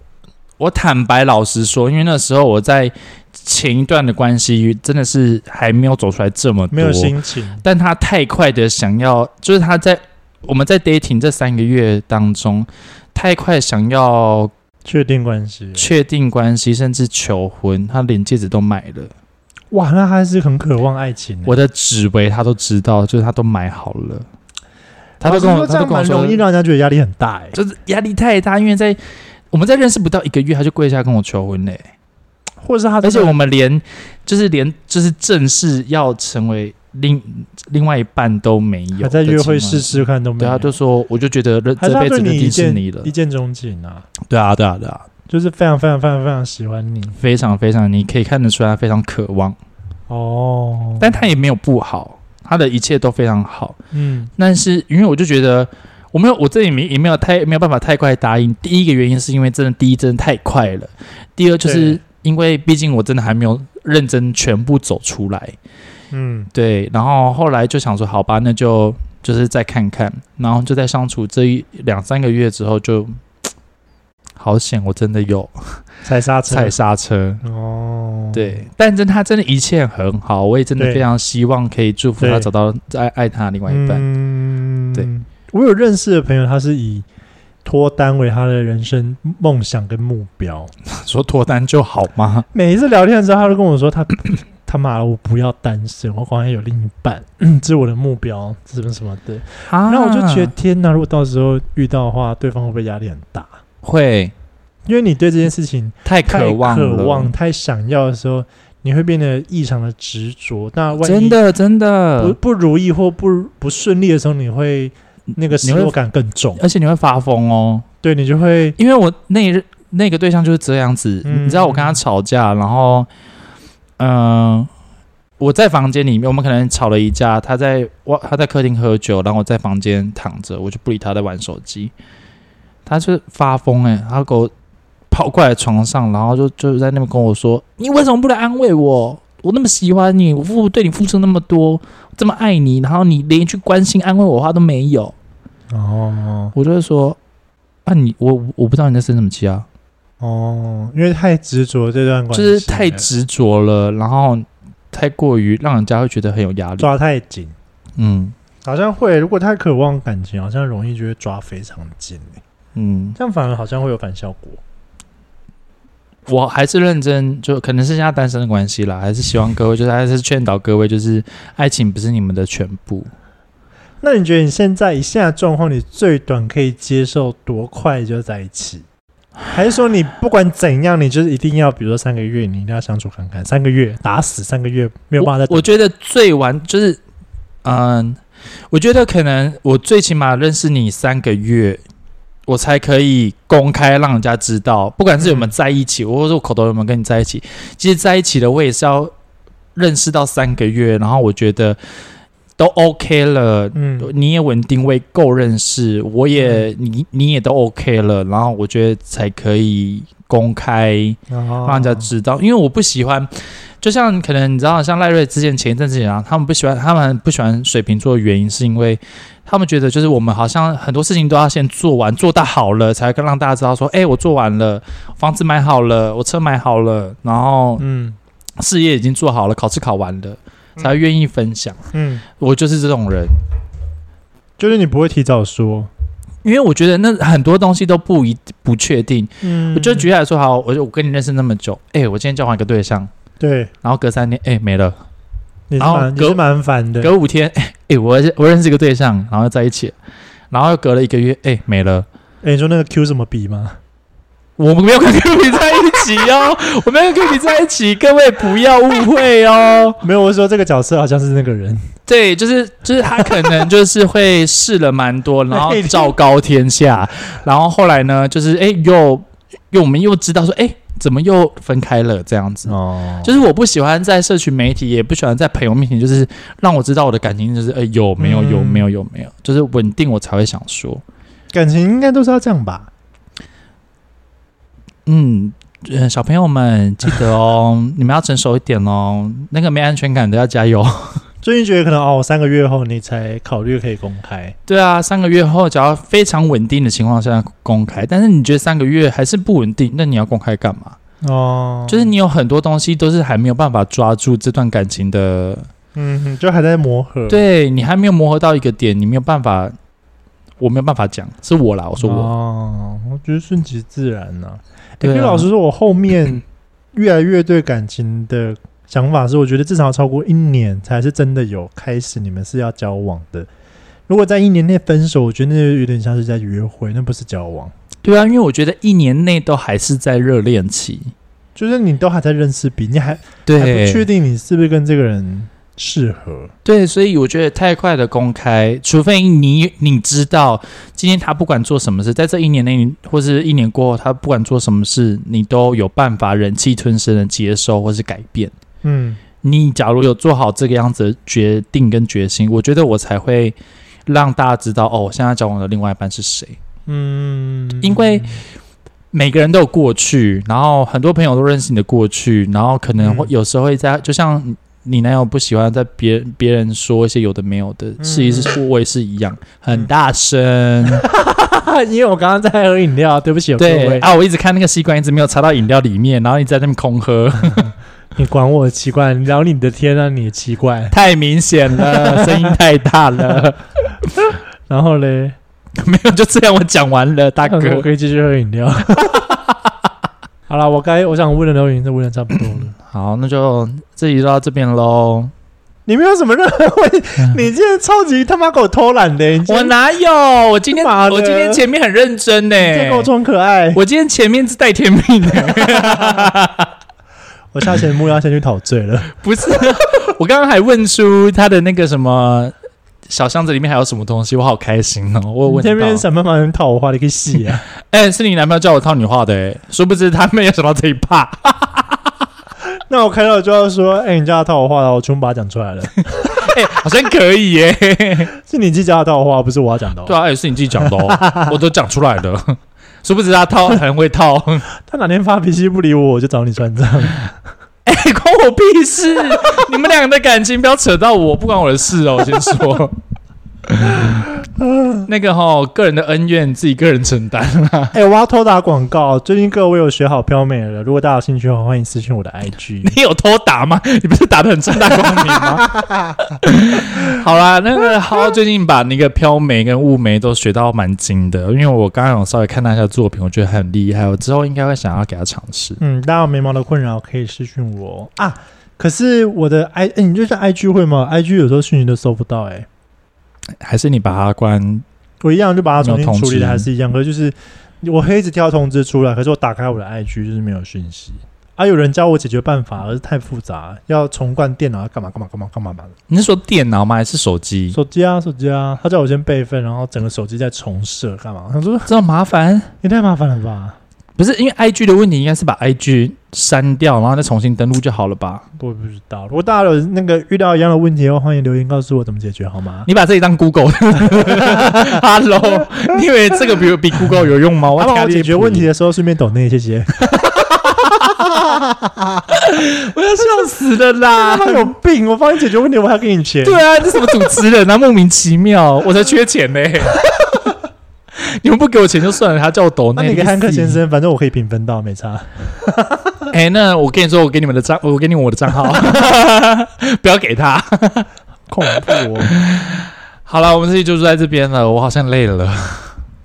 S1: 我坦白老实说，因为那时候我在前一段的关系真的是还没有走出来这么多，
S2: 没有心情。
S1: 但他太快的想要，就是他在我们在 dating 这三个月当中，太快想要
S2: 确定关系，
S1: 确定关系，甚至求婚，他连戒指都买了，
S2: 嗯哇，那他还是很渴望爱情、欸。
S1: 我的指围他都知道，就是他都买好了，他都跟
S2: 老
S1: 我，
S2: 实
S1: 他都
S2: 说这样
S1: 跟我
S2: 蛮
S1: 说
S2: 容易，让人家觉得压力很大哎、
S1: 就是压力太大，因为在我们在认识不到一个月，他就跪下跟我求婚嘞、
S2: 或者是他真的，
S1: 而且我们连就是连就是正式要成为另另外一半都没有，
S2: 还在约会试。试看都没
S1: 对啊，
S2: 有，
S1: 就说我就觉得这
S2: 还是
S1: 这
S2: 他
S1: 辈
S2: 对
S1: 子
S2: 你
S1: 认
S2: 一
S1: 定是
S2: 见
S1: 你了
S2: 一。见钟情啊，
S1: 对啊，对啊，对啊，
S2: 就是非常非常非常非常喜欢你
S1: 非常非常，你可以看得出来他非常渴望，
S2: 哦。
S1: 但他也没有不好，他的一切都非常好。
S2: 嗯，
S1: 但是因为我就觉得我没有，我这里面也没有太没有办法太快答应。第一个原因是因为真的第一真的太快了，第二就是
S2: 对
S1: 因为毕竟我真的还没有认真全部走出来。
S2: 嗯，
S1: 对，然后后来就想说，好吧，那就就是再看看，然后就在相处这一两三个月之后就，好险，我真的有
S2: 踩刹车
S1: 踩刹车。
S2: 哦，
S1: 对，但真他真的一切很好，我也真的
S2: 对
S1: 非常希望可以祝福他
S2: 对
S1: 找到爱爱他的另外一半。
S2: 嗯，
S1: 对，
S2: 我有认识的朋友，他是以脱单为他的人生梦想跟目标。
S1: [LAUGHS] 说脱单就好吗？
S2: 每一次聊天的时候，他都跟我说他 [CLEARS THROAT] 他妈的我不要单身，我好像有另一半，这是我的目标，什么什么的。
S1: 啊
S2: 然后我就觉得天哪，如果到时候遇到的话，对方会不会压力很大？
S1: 啊会
S2: 因为你对这件事情
S1: 太
S2: 太
S1: 渴望了，
S2: 渴望、太想要的时候，你会变得异常的执着。那万
S1: 真
S2: 一
S1: 的真
S2: 不
S1: 的，
S2: 不如意或不不顺利的时候，你会那个失
S1: 你会
S2: 落感更重，
S1: 而且你会发疯哦，
S2: 对你就会
S1: 因为我那一日那个对象就是这样子，
S2: 嗯
S1: 你知道我跟他吵架，然后，嗯、我在房间里面，我们可能吵了一架，他在我他在客厅喝酒，然后我在房间躺着，我就不理他在玩手机。他就是发疯哎、他给我跑过来床上，然后就就在那边跟我说：“你为什么不来安慰我？我那么喜欢你，我付对你付出那么多，这么爱你，然后你连一句关心安慰我的话都没有。
S2: 哦”
S1: 我就会说：“啊你，我我不知道你在生什么气啊，
S2: 哦，因为太执着这段关
S1: 就
S2: 系，
S1: 是太执着了，然后太过于让人家会觉得很有压力。
S2: 抓太紧，”
S1: 嗯
S2: 好像会。如果太渴望感情，好像容易就会抓非常紧、欸，
S1: 嗯，
S2: 这样反而好像会有反效果。
S1: 我还是认真，就可能是现在单身的关系啦，还是希望各位，就是还是劝导各位，就是爱情不是你们的全部。
S2: 那你觉得你现在以现在的状况，你最短可以接受多快就在一起？还是说你不管怎样，你就是一定要，比如说三个月，你一定要相处看看，三个月打死三个月没有办法再
S1: 我。我觉得最晚就是，嗯，我觉得可能我最起码认识你三个月，我才可以公开让人家知道，不管是有没有在一起，或者是我口头有没有跟你在一起，其实在一起的我也是要认识到三个月，然后我觉得都 OK 了，
S2: 嗯，
S1: 你也稳定位够认识，我也、你你也都 OK 了，然后我觉得才可以公开
S2: 哦
S1: 让人家知道，因为我不喜欢，就像可能你知道，像赖瑞之前前一阵子讲，他们不喜欢他们不喜欢水瓶座的原因，是因为他们觉得就是我们好像很多事情都要先做完，做到好了，才跟让大家知道说，哎、我做完了，房子买好了，我车买好了，然后
S2: 嗯
S1: 事业已经做好了，考试考完了，才愿意分享。
S2: 嗯，
S1: 我就是这种人。
S2: 就是你不会提早说。
S1: 因为我觉得那很多东西都不一不确定。
S2: 嗯，
S1: 我就举例来说，好，我就我跟你认识那么久，哎、我今天交往一个对象，
S2: 对，
S1: 然后隔三天，哎、没了；
S2: 你是
S1: 然后
S2: 蛮你
S1: 隔
S2: 是蛮烦的。
S1: 隔五天，哎、哎我我认识一个对象，然后在一起了，然后又隔了一个月，哎、没了。
S2: 哎，你说那个 Q 怎么比吗？ [LAUGHS]
S1: 我们没有跟 Q 比在一起哦， [LAUGHS] 我没有跟 Q 比在一起，各位不要误会哦。
S2: 没有，我是说这个角色好像是那个人。
S1: 对，就是就是他可能就是会试了蛮多，然后
S2: 对
S1: 昭告天下，然后后来呢，就是哎、又又我们又知道说，哎、怎么又分开了这样子。
S2: 哦，
S1: 就是我不喜欢在社群媒体，也不喜欢在朋友面前，就是让我知道我的感情就是呃有没有有没有有没有，就是稳定我才会想说，
S2: 感情应该都是要这样吧？
S1: 嗯。呃，小朋友们记得哦， [LAUGHS] 你们要成熟一点哦。那个没安全感的要加油。 [LAUGHS]
S2: 最近觉得可能哦，三个月后你才考虑可以公开。
S1: 对啊，三个月后，只要非常稳定的情况下公开，但是你觉得三个月还是不稳定，那你要公开干嘛？
S2: 哦，
S1: 就是你有很多东西都是还没有办法抓住这段感情的，
S2: 嗯，哼，就还在磨合。，
S1: 对你还没有磨合到一个点，你没有办法，我没有办法讲，是我啦，我说我，
S2: 哦，我觉得顺其自然呐、
S1: 对
S2: 因
S1: 啊
S2: 为老实说，我后
S1: [CLEARS THROAT]
S2: 面越来越对感情的想法是，我觉得至少要超过一年才是真的有开始，你们是要交往的。如果在一年内分手，我觉得那有点像是在约会，那不是交往，
S1: 对啊，因为我觉得一年内都还是在热恋期，
S2: 就是你都还在认识彼，你还还不确
S1: 对，
S2: 定你是不是跟这个人适合。
S1: 对，所以我觉得太快的公开，除非你你知道今天他不管做什么事，在这一年内或是一年过后，他不管做什么事，你都有办法忍气吞声的接受或是改变。
S2: 嗯，
S1: 你假如有做好这个样子的决定跟决心，我觉得我才会让大家知道哦，我现在交往的另外一半是谁。
S2: 嗯，
S1: 因为每个人都有过去，然后很多朋友都认识你的过去，然后可能会
S2: 嗯
S1: 有时候会在，就像你男友不喜欢在别人别人说一些有的没有的，试一试，我也是一样，很大声。 [LAUGHS]
S2: 啊因为我刚刚在喝饮料，嗯对不起，各
S1: 对
S2: 位，
S1: 啊，我一直看那个吸管，一直没有插到饮料里面，然后你在那边空喝，
S2: 你管我奇怪，你聊你的天啊，你也奇怪。
S1: 太明显了，声音太大了。 [LAUGHS]
S2: 然后嘞，
S1: 没有，就这样，我讲完了，大
S2: 大哥，我
S1: 哥。
S2: 可以继续喝饮 [LAUGHS] 料。好了，我该我想问的都已经问的差不多了。
S1: 好，那就这集就到这边喽。
S2: [LAUGHS] 你没有什么任何问题，你今天超级他嗯妈给我偷懒的，你今
S1: 我
S2: 天
S1: 哪有？我今天
S2: 妈的
S1: 我今天前面很认真呢、
S2: 你今天给我装可爱。
S1: 我今天前面是带甜蜜的，
S2: 我下节目要先去陶醉了。
S1: 不是？ [LAUGHS] 我刚刚还问出他的那个什么小箱子里面还有什么东西，我好开心哦！我有
S2: 你
S1: 问
S2: 这边
S1: 到，
S2: 想办法能套我话，你可以洗 [LAUGHS] 啊。
S1: 哎、是你男朋友叫我套你话的、哎，殊不知他没有想到这一趴。
S2: 那我开头就要说，哎，你叫他套我话了，我全部把它讲出来 [LAUGHS] 了。
S1: [LAUGHS] 哎、好像可以 [LAUGHS] 耶、
S2: 是你自己叫他套我话，不是我要讲的哦。
S1: 啊 [LAUGHS] 对啊，哎、是你自己讲的哦，我都讲出来了。殊不知他套很会套，
S2: 他哪天发脾气不理我，我就找你算账。
S1: 哎、关我屁事！ [LAUGHS] 你们两个的感情不要扯到我，不关我的事哦。我先 [LAUGHS] 说，那个哈、个人的恩怨自己个人承担啦。
S2: [LAUGHS] 哎、我要偷打广告，最近各位有学好飘美了，如果大家有兴趣的话，欢迎私信我的 IG。
S1: [LAUGHS] 你有偷打吗？你不是打的很正大光明吗？ [LAUGHS] 好啦，那个浩最近把那个飘眉跟雾眉都学到蛮精的，因为我刚刚有稍微看他一下作品，我觉得很厉害，我之后应该会想要给他尝试。
S2: 嗯，大家有眉毛的困扰可以私讯我啊。可是我的 I，、哎，你就是 IG 会吗？IG 有时候讯息都收不到、哎，
S1: 还是你把它关？
S2: 我一样就把它重新处理
S1: 没有通知
S2: 的还是一样，可是就是我黑子跳通知出来，可是我打开我的 IG 就是没有讯息。啊，有人教我解决办法，而是太复杂，要重灌电脑，啊干嘛干嘛干嘛干嘛嘛。
S1: 你是说电脑吗？还是手机？
S2: 手机啊，手机啊，他叫我先备份，然后整个手机再重设，干嘛？他说
S1: 这么麻烦？
S2: 也太麻烦了吧。
S1: 不是因为 I G 的问题，应该是把 I G 删掉，然后再重新登录就好了吧？
S2: 我也不知道。如果大家有那个遇到一样的问题的话，欢迎留言告诉我怎么解决，好吗？
S1: 你把这里当 [LAUGHS] Google，Hello，你以为这个比比 Google 有用吗？我
S2: 我
S1: 要
S2: 帮我
S1: 听
S2: 解决
S1: 你
S2: 问题，的时候顺便抖那些，谢谢。
S1: 我要笑死了啦！
S2: 他有病！我帮你解决问题，我还给你钱。
S1: 对啊，这什么主持人啊？莫名其妙，我才缺钱呢、 [LAUGHS] 你们不给我钱就算了，还要叫我抖
S2: 那
S1: 内
S2: 你给
S1: 个
S2: 汉克
S1: 死
S2: 先生，反正我可以平分到，没差。
S1: 哎、那我跟你说，我给你们的账，我给你我的账号， [LAUGHS] 不要给他。
S2: 恐怖、 [LAUGHS] 哦！
S1: 好了，我们这期就住在这边了，我好像累了。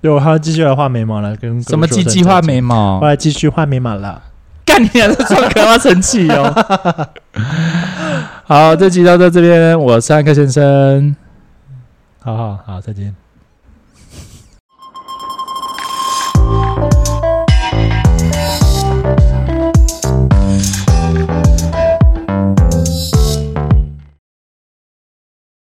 S2: 对，我还要继续来画眉毛了，跟各位
S1: 什么
S2: 说
S1: 计
S2: 声
S1: 计划
S2: 再见？
S1: 眉毛
S2: 我？来继续画眉毛了。
S1: 干你娘的装可要生气哦！ [LAUGHS] 好，这集就到这边，我是汉克先生。
S2: 好好好，再见。